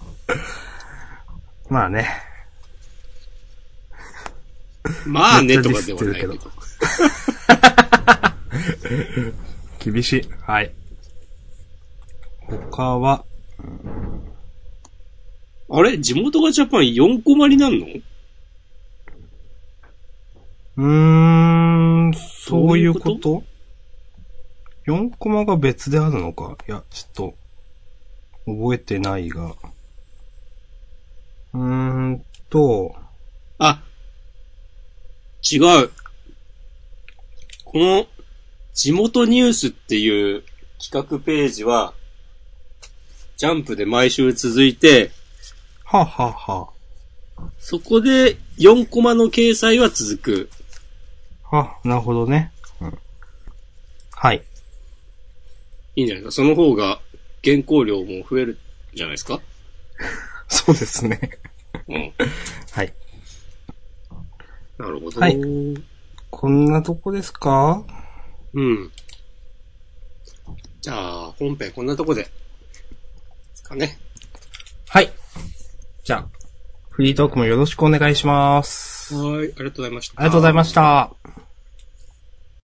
B: <laughs> まあね。
A: まあね、とかではないけど
B: めっ。厳しい。はい。他は、
A: あれ地元がジャパン4コマになんの
B: うーん、そういうこ
A: ど
B: と ?4 コマが別であるのかいや、ちょっと、覚えてないが。うーんと、
A: あ、違う。この、地元ニュースっていう企画ページは、ジャンプで毎週続いて、
B: はあ、はあは
A: そこで4コマの掲載は続く。
B: あ、はあ、なるほどね。うんはい。 <laughs>
A: いいんじゃないですか。その方が原稿量も増えるんじゃないですか
B: そうですね。
A: うん。
B: はい。
A: なるほど。
B: はい
A: うん。
B: こんなとこですか
A: じゃあ、本編こんなとこで。ですかね。
B: はい。じゃあ、フリートークもよろしくお願いします。
A: はい。ありがとうございました。
B: ありがとうございました。